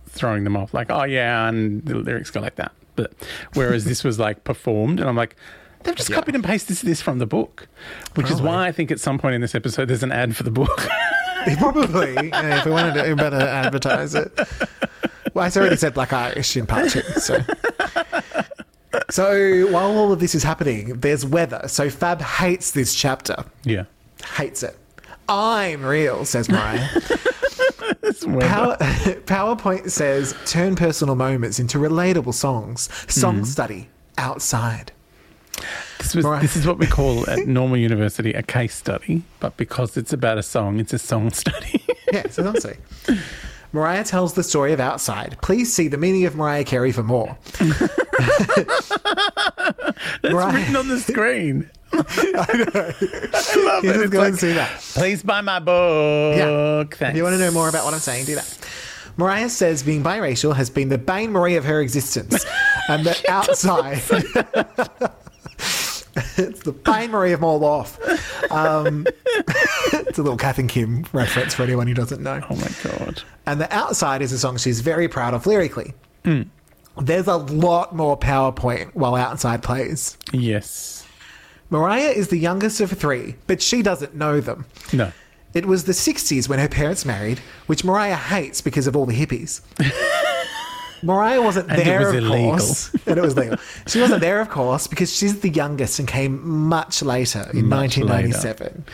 A: throwing them off, like oh yeah, and the lyrics go like that. But whereas this was like performed, and I'm like, they've just copied and pasted this, this from the book, which is why I think at some point in this episode there's an ad for the book.
B: Probably. yeah, if we wanted to, we better advertise it. Well, I already said Black Irish in part two. So. so while all of this is happening, there's weather. So Fab hates this chapter,
A: yeah,
B: hates it. I'm real, says Mariah.
A: it's weird.
B: Power, PowerPoint says turn personal moments into relatable songs. Song study outside.
A: This, was,
B: Right.
A: this is what we call at normal university a case study, but because it's about a song, it's a song study.
B: yeah, so don't say. Mariah tells the story of Outside. Please see the meaning of Mariah Carey for more.
A: That's
B: Right.
A: written on the screen. I know. I love
B: You
A: it.
B: just
A: It's
B: go and
A: like,
B: see that.
A: Please buy my book.
B: Yeah.
A: Thanks.
B: If you want to know more about what I'm saying, do that. Mariah says being biracial has been the bane Marie of her existence. and the outside. it's the Bain Marie of Morloff. Um, it's a little Kath and Kim reference for anyone who doesn't know.
A: Oh my god.
B: And The Outside is a song she's very proud of lyrically. There's a lot more PowerPoint while Outside plays.
A: Yes.
B: Mariah is the youngest of three, but she doesn't know them.
A: No.
B: It was the 60s when her parents married, which Mariah hates because of all the hippies. Mariah wasn't
A: And it
B: there,
A: was
B: of
A: illegal.
B: course. And it was legal. She wasn't there, of course, because she's the youngest and came much later in
A: Much later.
B: 1997.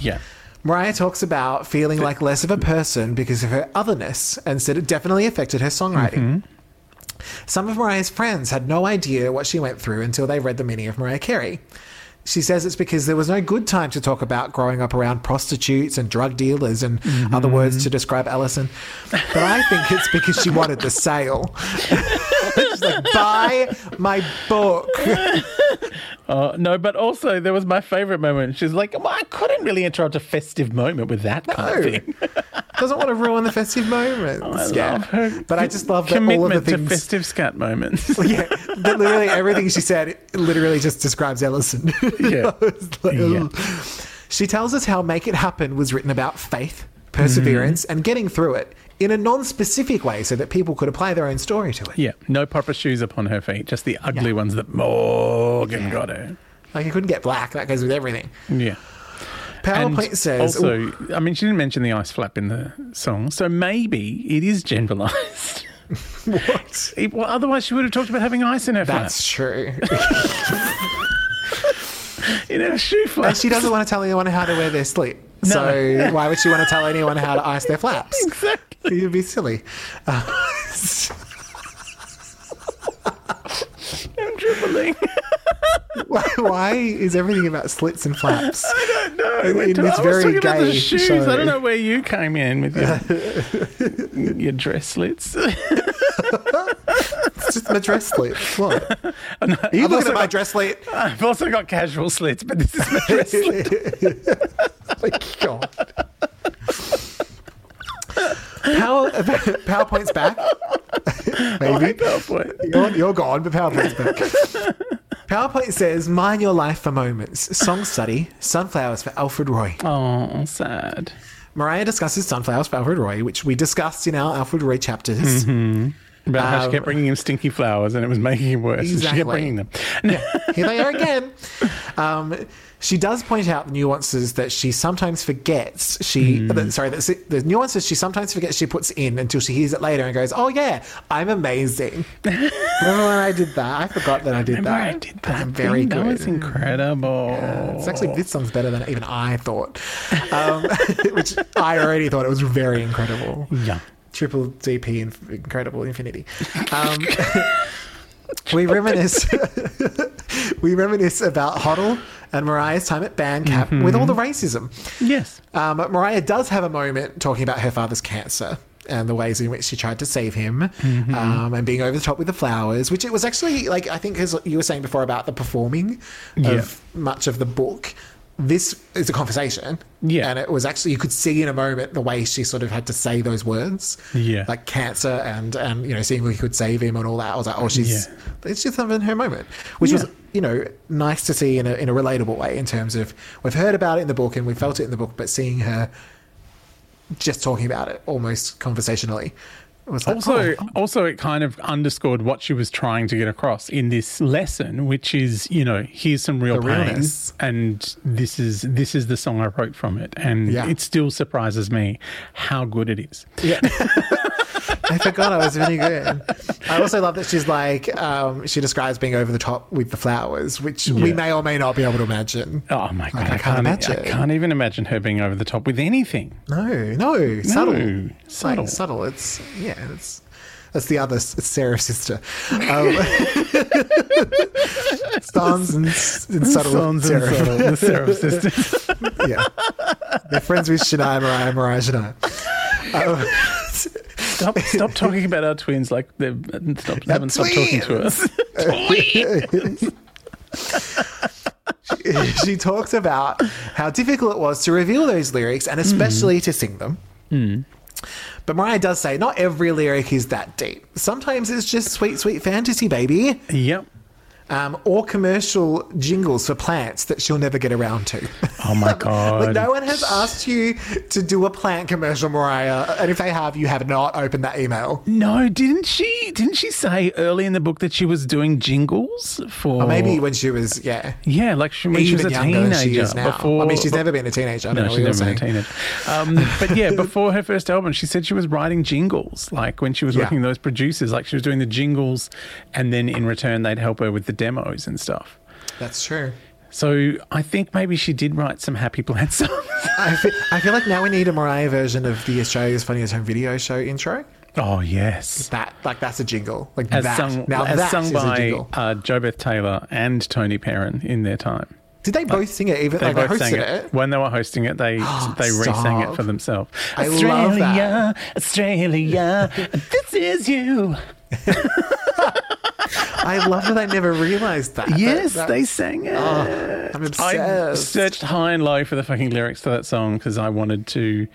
A: Yeah.
B: Mariah talks about feeling like less of a person because of her otherness and said it definitely affected her songwriting.
A: Mm-hmm.
B: Some of Mariah's friends had no idea what she went through until they read the meaning of Mariah Carey. She says it's because there was no good time to talk about growing up around prostitutes and drug dealers and
A: Mm-hmm.
B: other words to describe Alison. But I think it's because she wanted the sale. She's like, buy my book.
A: Uh, no, but also there was my favorite moment. She's like, well, I couldn't really interrupt a festive moment with that kind of thing.
B: Doesn't want to ruin the festive moments.
A: Oh, I
B: yeah.
A: love her
B: But I just love that all
A: commitment
B: of the
A: to
B: things.
A: festive scat moments.
B: yeah, but literally everything she said literally just describes Ellison.
A: Yeah.
B: I was like,
A: Yeah.
B: "Ugh." She tells us how Make It Happen was written about faith, perseverance,
A: Mm-hmm.
B: and getting through it in a non specific way so that people could apply their own story to it.
A: yeah, no proper shoes upon her feet, just the ugly ones that Morgan got her.
B: Like, you couldn't get black, that goes with everything.
A: Yeah. And
B: PowerPoint says,
A: also, I mean, she didn't mention the ice flap in the song, so maybe it is generalized.
B: What?
A: It- well, otherwise, she would have talked about having ice in her
B: That's true.
A: flap, in her shoe flap.
B: and she doesn't want to tell anyone how to wear their slip. So, why would she want to tell anyone how to ice their flaps?
A: exactly.
B: You'd be silly.
A: I'm dribbling.
B: Why, why is everything about slits and flaps?
A: No, we're
B: it's
A: ta- I was
B: very
A: talking about the
B: gay,
A: shoes. I
B: so-
A: don't know where you came in with your your dress slits.
B: It's just my dress slit. What? Are you
A: I've
B: looking
A: also
B: at my
A: got-
B: dress slit?
A: I've also got casual slits, but this is my dress slit.
B: Thank God. Power, PowerPoint's back. Maybe.
A: PowerPoint.
B: You're, you're gone, but PowerPoint's back. PowerPoint says, Mine your life for moments. Song study, Sunflowers for Alfred Roy.
A: Oh, sad.
B: Mariah discusses Sunflowers for Alfred Roy, which we discussed in our Alfred Roy chapters.
A: Mm-hmm. About how she
B: Um,
A: kept bringing him stinky flowers and it was making him worse. and she kept
B: Exactly.
A: bringing them.
B: Here they are again. Um, she does point out nuances that she sometimes forgets. She
A: Hmm.
B: that- sorry, that's it- the nuances she sometimes forgets she puts in until she hears it later and goes, "Oh yeah, I'm amazing." Remember when I did that? I forgot that I did
A: Remember
B: that.
A: I did that.
B: I'm very
A: thing? That
B: good.
A: was incredible.
B: It's actually this song's better than even I thought, um, which I already thought it was very incredible.
A: yeah.
B: Triple DP, inf- incredible infinity. Um, we reminisce. we reminisce about Hoddle and Mariah's time at Bandcamp with all the racism.
A: Yes.
B: Um, Mariah does have a moment talking about her father's cancer and the ways in which she tried to save him
A: Mm-hmm.
B: um, and being over the top with the flowers, which it was actually like I think as you were saying before about the performing
A: Yeah.
B: of much of the book. This is a conversation.
A: Yeah.
B: And it was actually, you could see in a moment the way she sort of had to say those words.
A: Yeah.
B: Like cancer and, and you know, seeing we could save him and all that. I was like, oh, she's, it's just having her moment, which
A: Yeah.
B: was you know, nice to see in a, in a relatable way in terms of we've heard about it in the book and we felt it in the book, but seeing her just talking about it almost conversationally was like,
A: Also,
B: oh,
A: also, it kind of underscored what she was trying to get across in this lesson, which is, you know, here's some real
B: The
A: pain,
B: realness.
A: and this is this is the song I wrote from it, and
B: Yeah.
A: it still surprises me how good it is.
B: yeah. I forgot I was really good. I also love that she's like, um, she describes being over the top with the flowers, which we
A: Yeah.
B: may or may not be able to imagine.
A: Oh my god,
B: Like,
A: I,
B: I
A: can't,
B: can't
A: I
B: imagine.
A: can't even imagine her being over the top with anything.
B: No, no, subtle.
A: Uh, No, subtle.
B: Like, subtle. It's, yeah, it's, that's the other, it's Sarah's sister. Um, Sans and, and subtle.
A: Sons and
B: Sarah.
A: subtle, the Seraph sisters.
B: yeah. They're friends with Shania Mariah, Mariah Shania. Um,
A: Stop, stop talking about our twins like they've stop, haven't stopped talking to us.
B: she Mm.
A: Mm.
B: talks about how difficult it was to reveal those lyrics and especially to sing them. But Mariah does say not every lyric is that deep. Sometimes it's just sweet, sweet fantasy, baby,
A: Yep.
B: um, or commercial jingles for plants that she'll never get around to.
A: Oh my god.
B: Like no one has asked you to do a plant commercial, Mariah, and if they have, you have not opened that email.
A: No, didn't she? Didn't she say early in the book that she was doing jingles for?
B: Or Oh, maybe when she was, yeah,
A: Yeah, like she, when she was
B: even
A: a
B: younger than
A: teenager.
B: she is now.
A: Before,
B: I mean, she's never been a teenager. I don't
A: No,
B: know
A: she's
B: what
A: never been a
B: you're saying.
A: teenager. Um, but yeah, before her first album, she said she was writing jingles. Like when she was
B: Yeah.
A: working with those producers, like she was doing the jingles, and then in return they'd help her with the demos and stuff.
B: That's true.
A: So I think maybe she did write some happy plant songs.
B: I feel, I feel like now we need a Mariah version of the Australia's Funniest Home Video Show intro.
A: oh yes,
B: That like that's a jingle. Like
A: as
B: that.
A: sung
B: now
A: as
B: that
A: sung
B: is a
A: by
B: jingle.
A: uh, Jobeth Taylor and Tony Perrin in their time.
B: Did they both sing it? Even
A: They
B: like they
A: both
B: hosted
A: sang
B: it.
A: it. when they were hosting it. They they re-sang it
B: stop.
A: for themselves.
B: I love
A: Australia,
B: that.
A: Australia, this is you.
B: I love that. I never realized that.
A: Yes,
B: That- Oh,
A: they sang it.
B: that- I'm
A: I
B: obsessed.
A: searched high and low for the fucking lyrics to that song because I wanted to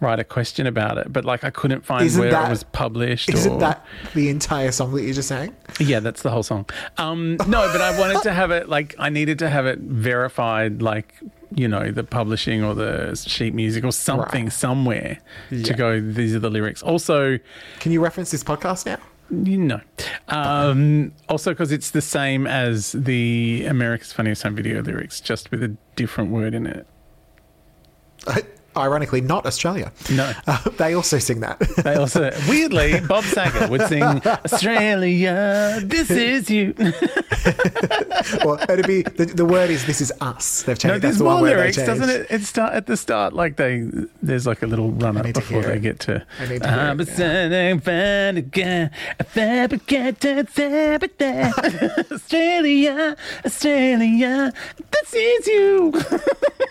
A: write a question about it, but like I couldn't find
B: Isn't
A: where it
B: that-
A: was published.
B: Isn't
A: or...
B: that the entire song that you just sang?
A: Yeah, that's the whole song. Um, no, but I wanted to have it like I needed to have it verified, like you know, the publishing or the sheet music or something
B: Right.
A: somewhere to go. These are the lyrics. Also,
B: Can you reference this podcast now?
A: you know, um, also because it's the same as the America's Funniest Home Video lyrics, just with a different word in it.
B: Ironically, not Australia.
A: No.
B: Uh, they also sing that.
A: They also, weirdly, Bob Saget would sing "Australia, this is you."
B: or it'd be the, the word is "This is us." They've changed.
A: No,
B: that's
A: there's
B: the one
A: more
B: word
A: lyrics,
B: they changed.
A: doesn't it? It start at the start, like they there's like a little run up
B: need to
A: before
B: hear
A: they
B: it.
A: get to.
B: I need to hear
A: I'm
B: it,
A: a sinning fan again, a fabricator, fabricator. Australia, Australia, this is you.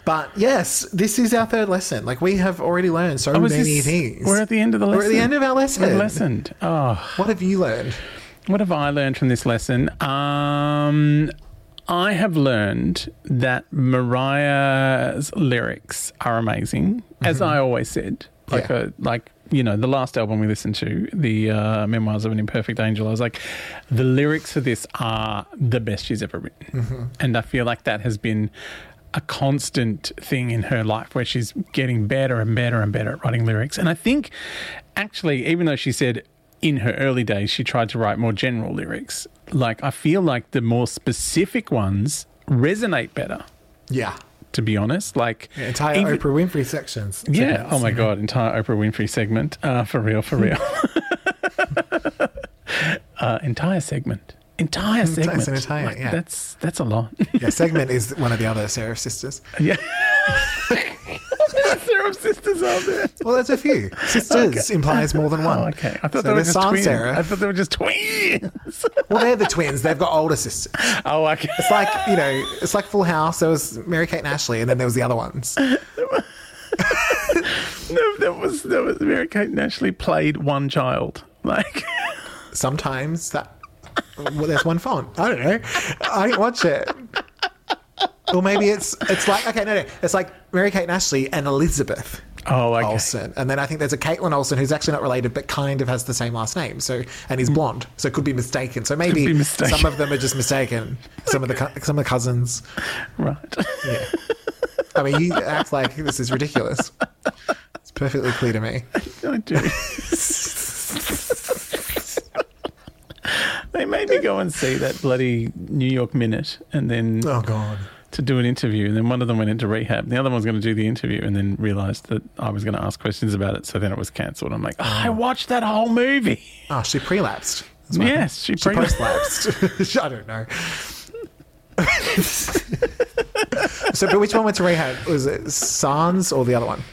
B: But yes, this is our third lesson. Like we have already learned so
A: I was
B: many
A: just-
B: things.
A: We're at the end of the
B: We're
A: lesson.
B: at the end of our lesson.
A: We've lessoned. Oh,
B: What have you learned?
A: what have I learned from this lesson? Um, I have learned that Mariah's lyrics are amazing, as I always said. Like,
B: Mm-hmm. Yeah.
A: uh like you know, the last album we listened to, the uh, Memoirs of an Imperfect Angel, I was like, the lyrics for this are the best she's ever written, and I feel like that has been a constant thing in her life where she's getting better and better and better at writing lyrics. And I think, actually, even though she said in her early days she tried to write more general lyrics, like I feel like the more specific ones resonate better
B: Yeah.
A: to be honest. Like
B: Entire
A: even-
B: Oprah Winfrey sections.
A: Yeah.
B: segments.
A: Oh my god, entire Oprah Winfrey segment. Uh, for real, for real. uh, entire segment. Entire segment.
B: an entire, yeah.
A: That's that's a lot.
B: Yeah, segment is one of the other Sarah sisters.
A: yeah. Serum sisters out there.
B: Well, there's a few. Sisters implies more than one.
A: Oh, okay. I thought
B: So
A: they were
B: there's
A: just
B: Sans
A: twins.
B: Sarah.
A: I thought they were just twins.
B: Well, they're the twins. They've got older sisters.
A: oh, okay.
B: It's like you know, it's like Full House. There was Mary Kate and Ashley, and then there was the other ones.
A: No, that was that was Mary Kate and Ashley played one child. Like
B: Sometimes that well, there's one font. I don't know. I didn't watch it. Or maybe it's it's like okay, no, no, it's like Mary Kate and Ashley and Elizabeth.
A: Oh, okay.
B: Olsen. And then I think there's a Caitlin Olsen who's actually not related, but kind of has the same last name. So and he's blonde, so it could be mistaken. So maybe
A: Hmm. be mistaken.
B: some of them are just mistaken. Some of the cou- some of the cousins.
A: Right.
B: Yeah. I mean, you act like this is ridiculous. It's perfectly clear to me.
A: I do. they made me go and see that bloody New York Minute, and then
B: Oh God.
A: to do an interview. And then one of them went into rehab. The other one was going to do the interview, and then realized that I was going to ask questions about it. So then it was cancelled. I'm like, "Oh, I watched that whole movie.
B: Oh, she prelapsed. That's what-
A: Yes, she,
B: She
A: pretty much
B: post-lapsed. I don't know. so, but which one went to rehab? Was it Sans or the other one?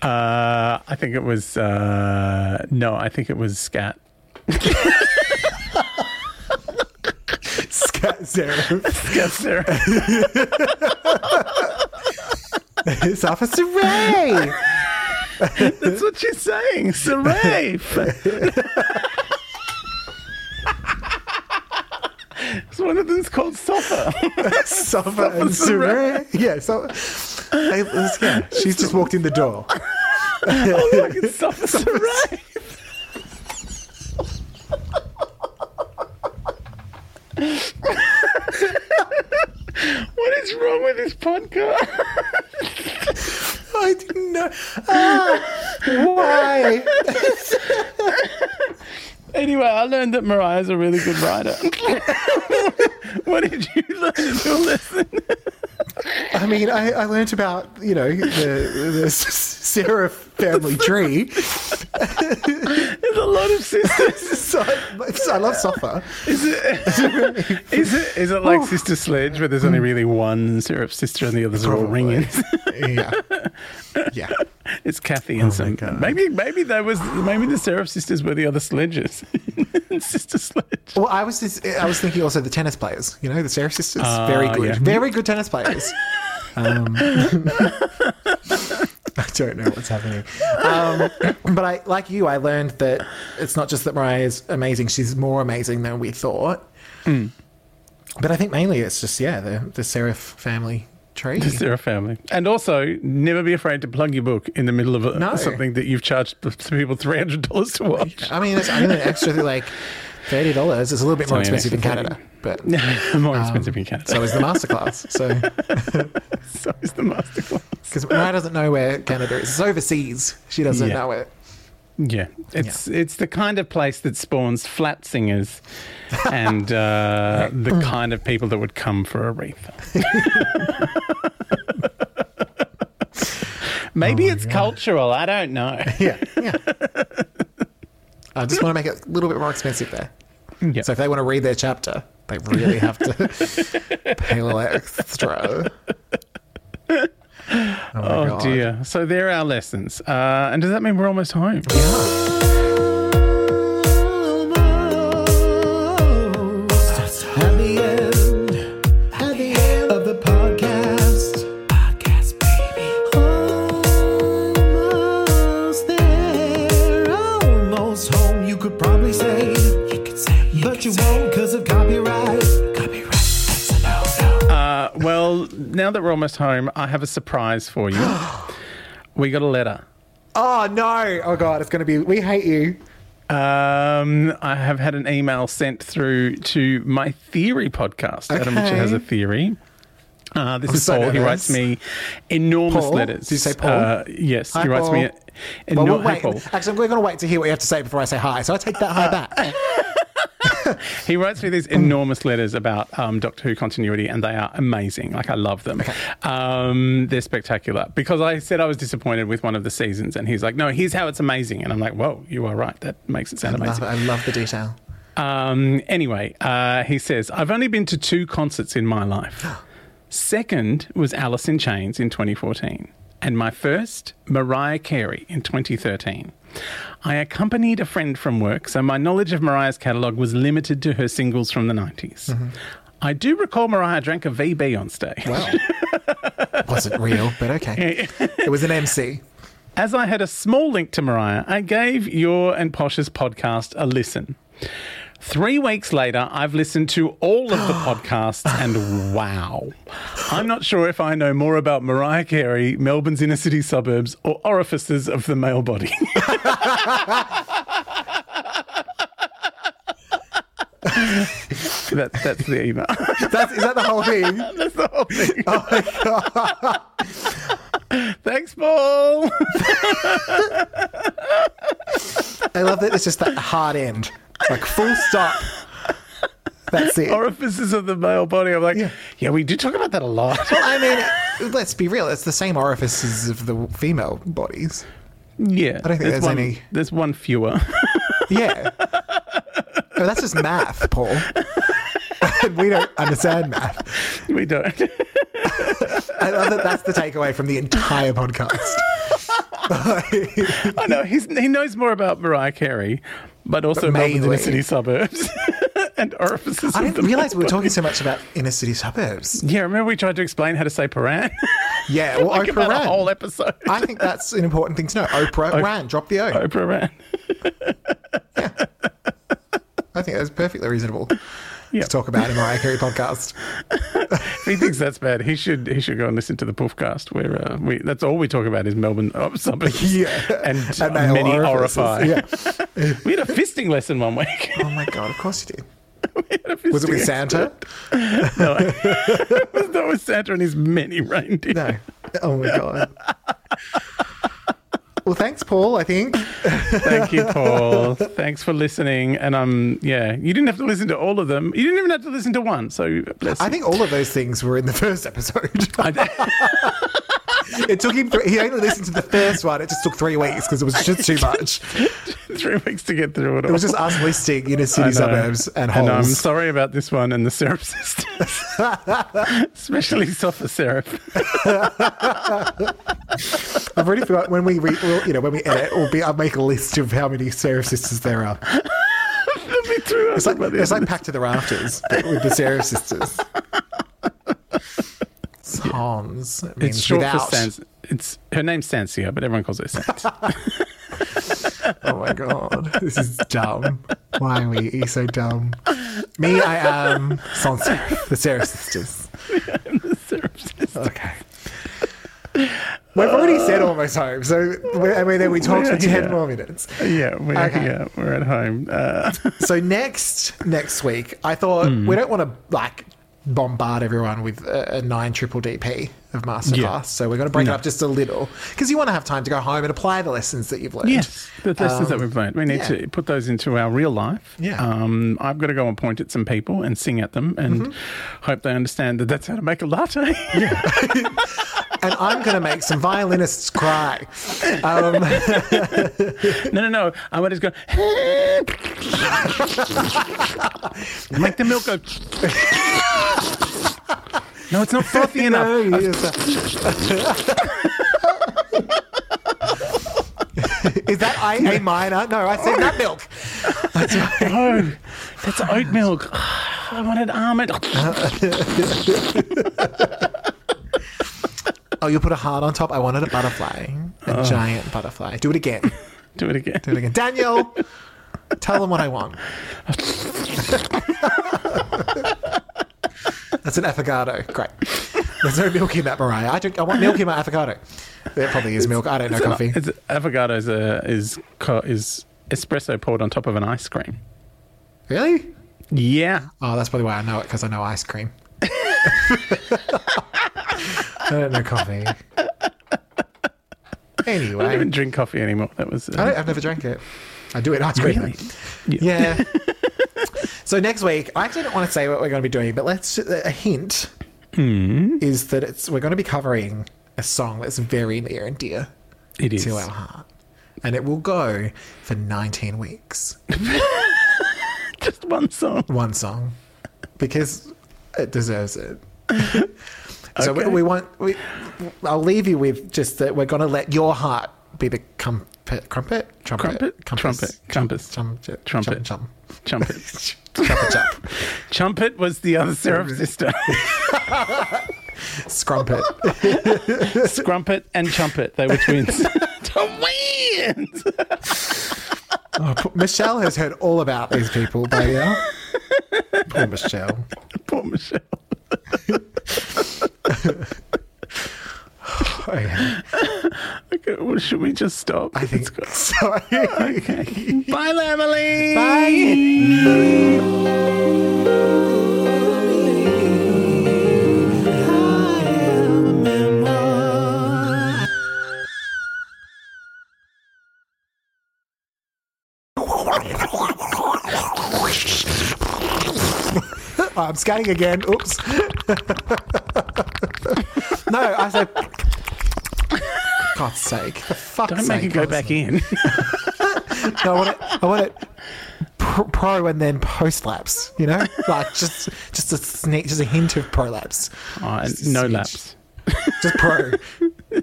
A: Uh, I think it was uh, no. I think it was Scat.
B: Scat Zero.
A: Scat Sarah.
B: it's Officer Ray.
A: That's what she's saying. Seraph. So one of them's called Sofa.
B: Suffer and Saray. Yeah, so I, yeah, she's just walked in the door.
A: oh, look, it's Summer Rae. what is wrong with this podcast?
B: I didn't know. Ah, why?
A: Anyway, I learned that Mariah's a really good writer. what did you learn in your lesson?
B: I mean, I, I learned about you know the, the Sarah family tree.
A: There's a lot of sisters.
B: So I, so I love Suffer.
A: Is it, is it, is it like Sister Sledge, where there's only really one syrup sister and the others are all
B: Probably.
A: ringings?
B: Yeah, yeah.
A: It's Kathy and some.
B: Oh God.
A: Maybe maybe there was maybe the Seraph sisters were the other sledges. Sister Sledge.
B: Well, I was just, I was thinking also the tennis players. You know, the Sarah sisters, very good,
A: yeah.
B: very good tennis players. Um, I don't know what's happening, um, but I like you. I learned that it's not just that Mariah is amazing; she's more amazing than we thought. But I think mainly it's just yeah, the the Seraph family tree.
A: The Seraph family. And also, never be afraid to plug your book in the middle of a,
B: No.
A: something that you've charged p- to people $300 to watch.
B: I mean, it's only an extra like thirty dollars. It's a little bit more
A: only an
B: expensive in
A: extra
B: Canada, but
A: More expensive in Canada.
B: Um, so is the masterclass. So.
A: So is the masterclass.
B: Because Mariah doesn't know where Canada is. It's overseas. She doesn't
A: Yeah.
B: know it.
A: Yeah, it's it's the kind of place that spawns flat singers and uh, the kind of people that would come for Aretha.
B: Oh
A: Maybe it's cultural. I don't know.
B: Yeah, yeah. I just want to make it a little bit more expensive there.
A: Yeah.
B: So if they want to read their chapter, they really have to pay a little extra. Oh, my
A: oh
B: God.
A: dear. So there are our lessons. Uh, and does that mean we're almost home?
B: Yeah.
C: Almost at the end, at the end of the podcast. Podcast, baby. Almost there, almost home. You could probably say, you could say, but you won't because of copyright. Copyright, that's a no no.
A: Uh, well, now that we're almost home, I have a surprise for you. we got a letter.
B: Oh, no. Oh, God. It's going to be, we hate you.
A: Um, I have had an email sent through to my theory podcast. Adam Mitchell
B: Okay.
A: has a theory. Uh, this is
B: so
A: Paul. He
B: nervous.
A: writes me enormous
B: Paul?
A: letters.
B: Did you say Paul?
A: Uh, yes,
B: Hi,
A: he writes me.
B: Paul.
A: Enor-
B: Well, we'll
A: Hi,
B: wait.
A: Paul.
B: Actually, we're going to wait to hear what you have to say before I say hi. So I take that hi back.
A: He writes me these
B: Hmm.
A: enormous letters about um, Doctor Who continuity, and they are amazing. Like I love them. Um, they're spectacular. Because I said I was disappointed with one of the seasons, and he's like, "No, here's how it's amazing," and I'm like, "Whoa, you are right. That makes it sound
B: I love,
A: amazing."
B: it. I love the detail.
A: Um, anyway, uh, he says, I've only been to two concerts in my life. Second was Alice in Chains in 2014, and my first, Mariah Carey in 2013. I accompanied a friend from work, so my knowledge of Mariah's catalogue was limited to her singles from the 90s. I do recall Mariah drank a VB on stage.
B: Wow. Wasn't real, but okay. It was an MC.
A: As I had a small link to Mariah, I gave your and Posh's podcast a listen. Three weeks later, I've listened to all of the podcasts, and wow. I'm not sure if I know more about Mariah Carey, Melbourne's inner city suburbs, or orifices of the male body. that, that's the email.
B: That's, is that the whole thing?
A: that's the whole thing. Thanks, Paul.
B: I love that it's just that hard end. Like full stop. That's it.
A: orifices of the male body. I'm like, yeah,
B: Yeah.
A: we do talk about that a lot.
B: I mean, let's be real. It's the same orifices of the female bodies.
A: yeah,
B: I don't think there's
A: one,
B: any-
A: There's one fewer.
B: Yeah. No, that's just math, Paul. we don't understand math.
A: we don't.
B: I love that that's the takeaway from the entire podcast.
A: I know he's, he knows more about Mariah Carey, but also Melbourne's inner
B: mainly-
A: city suburbs and orifices.
B: I
A: of the
B: didn't realize we
A: male
B: were
A: body.
B: talking so much about inner city suburbs.
A: Yeah, remember we tried to explain how to say Paran?
B: Yeah, well,
A: like
B: Oprah
A: about
B: Rand.
A: a whole episode.
B: I think that's an important thing to know. Oprah Rand, drop the O. I
A: Oprah Rand.
B: think that's perfectly reasonable.
A: Yeah.
B: to talk about in Mariah Carey podcast.
A: If he thinks that's bad, he should he should go and listen to the Poofcast, where uh, we that's all we talk about is Melbourne oh, suburbs and, uh,
B: male
A: many
B: orifices.
A: orify.
B: Yeah.
A: We had a fisting lesson one week.
B: Oh my god! Of course you did.
A: We had a
B: Was
A: fisting-
B: it with Santa?
A: No, that was Santa and his many reindeer.
B: No. Oh my god. Well, thanks, Paul. I think.
A: Thank you, Paul. Thanks for listening. And um, yeah, you didn't have to listen to all of them. You didn't even have to listen to one. So bless.
B: I
A: you.
B: think all of those things were in the first episode.
A: I-
B: It took him. Three, he only listened to the first one. It just took three weeks because it was just too much.
A: three weeks to get through it all.
B: It was just us listing inner
A: I
B: city
A: know.
B: suburbs and
A: I know, I'm
B: holes.
A: sorry about this one and the syrup systems, especially sulfur syrup.
B: I've already forgot when we, re, we'll, you know, when we edit, we'll be. I'll make a list of how many Sarah sisters there are.
A: That'd be true.
B: It's like it's like Pack to the Rafters but with the Sarah sisters. Sans. It means
A: it's short
B: without.
A: for Sans. It's her name's Sansia, but everyone calls her Sans.
B: Oh my god, this is dumb. Why are we so dumb? Me, I am sans serif, the Sarah sisters.
A: Syrup system.
B: Okay. We've already said almost home, so we- I mean, then we talked for
A: Yeah.
B: ten more minutes.
A: Yeah, we're
B: Okay.
A: here. We're at home. Uh,
B: So next next week, I thought
A: Hmm.
B: we don't want to like bombard everyone with a, a nine triple DP of masterclass,
A: Yeah.
B: so we're going to break it up just a little because you want to have time to go home and apply the lessons that you've learned.
A: yes, the lessons that we've learned. We need
B: Um, yeah.
A: to put those into our real life.
B: Yeah.
A: Um, I've got to go and point at some people and sing at them and
B: Mm-hmm.
A: hope they understand that that's how to make a latte.
B: and I'm going to make some violinists cry. Um,
A: no, no, no. I want to just go. make the milk go. no, it's not frothy enough.
B: No, yes. Is that I A minor? No, I said nut milk.
A: No, that's oat milk. I wanted almond.
B: Uh, Oh, you put a heart on top. I wanted a butterfly, a
A: Oh.
B: giant butterfly. Do it again.
A: Do it again.
B: Do it again. Daniel, tell them what I want. That's an affogato. Great. There's no milk in that, Mariah. I, drink, I want milk in my affogato. There probably is milk. I don't know coffee.
A: It's, avocado is a, is co- is espresso poured on top of an ice cream.
B: Really?
A: Yeah,
B: Oh, that's probably why I know it because I know ice cream. I don't know coffee. Anyway,
A: I
B: I
A: don't even drink coffee anymore. That was uh,
B: don't- I've never drank it. I do it ice cream.
A: really.
B: Yeah. so next week, I actually don't want to say what we're going to be doing, but let's a hint
A: Hmm.
B: is that it's we're going to be covering a song that's very near and dear
A: It is.
B: to our heart, and it will go for 19 weeks.
A: Just one song.
B: one song because it deserves it. so we,
A: Okay.
B: we want. We, I'll leave you with just that we're going to let your heart be the crumpet, crumpet, trumpet,
A: Crumpet? Trumpet. Compass.
B: trumpet,
A: Trumpet.
B: trumpet, chum,
A: Chumpet.
B: chum, trumpet, chump,
A: Chumpet was the other syrup sister.
B: scrumpet.
A: Scrumpet and Chumpet. They were twins. twins!
B: Oh, poor- Michelle has heard all about these people by now. Poor Michelle.
A: Poor Michelle.
B: Oh, yeah.
A: Okay, well, should we just stop?
B: I think. Sorry.
A: Bye, Emily.
B: Bye. Oh, I'm scanning again. Oops. no, I said. God's sake. For fuck's
A: Don't
B: sake.
A: make it go back in.
B: No, I want it. I want it. pr- Pro and then post lapse, you know, like just just a sneak, just a hint of prolapse,
A: Oh, and no
B: switch.
A: laps.
B: just pro.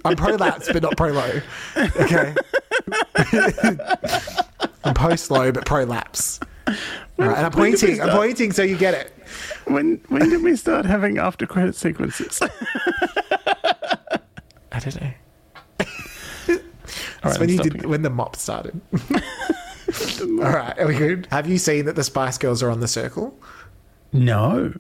B: I'm prolapse, but not pro low. Okay, I'm post low, but prolapse. All right, and I'm
A: when did we
B: pointing. I'm
A: start?
B: pointing, so you get it.
A: When when did we start having after credit sequences? All
B: I don't know.
A: right,
B: It's when
A: I'm
B: you
A: stopping
B: did
A: it.
B: when the mop started. All right, are we good? Have you seen that the Spice Girls are on the circle?
A: No.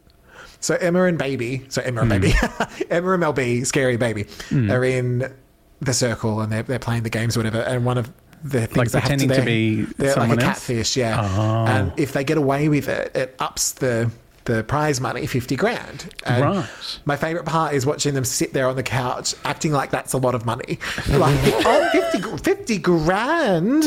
B: So Emma and Baby, so Emma and Baby,
A: Hmm.
B: Emma and LB, Scary Baby, are in the circle and they're, they're playing the games or whatever. And one of the things they have to,
A: pretending to
B: they're-
A: be
B: they're like a
A: someone else?
B: catfish, yeah.
A: Oh.
B: And if they get away with it, it ups the the prize money fifty grand. And
A: Right.
B: My favorite part is watching them sit there on the couch acting like that's a lot of money, like oh, 50, gr- 50 grand,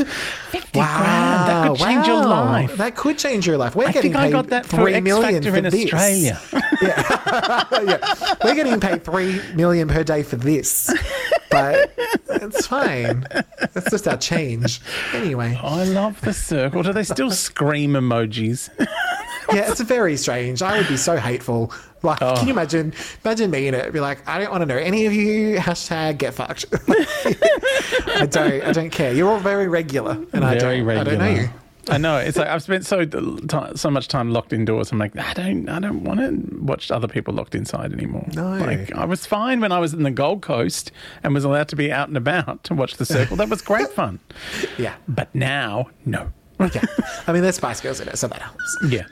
B: fifty
A: grand. That could change your life.
B: That could change your life. We're
A: I
B: getting
A: think I
B: paid
A: got that for
B: three
A: X
B: million
A: Factor
B: for
A: in
B: this.
A: Australia.
B: yeah. We're getting paid three million per day for this. But it's fine. That's just our change. Anyway.
A: I love the circle. Do they still scream emojis?
B: Yeah, it's very strange. I would be so hateful. Like, can
A: Oh.
B: you imagine imagine me in it? Be like, I don't want to know any of you. Hashtag get fucked. I don't I don't care. You're all very regular. And I
A: Very
B: don't
A: regular.
B: I don't know you.
A: I know. It's like I've spent so ti- so much time locked indoors. I'm like, I don't, I don't want to watch other people locked inside anymore.
B: No.
A: like I was fine when I was in the Gold Coast and was allowed to be out and about to watch the circle. That was great fun.
B: Yeah.
A: But now, no.
B: Yeah. I mean there's Spice Girls in it, so that helps.
A: Yeah.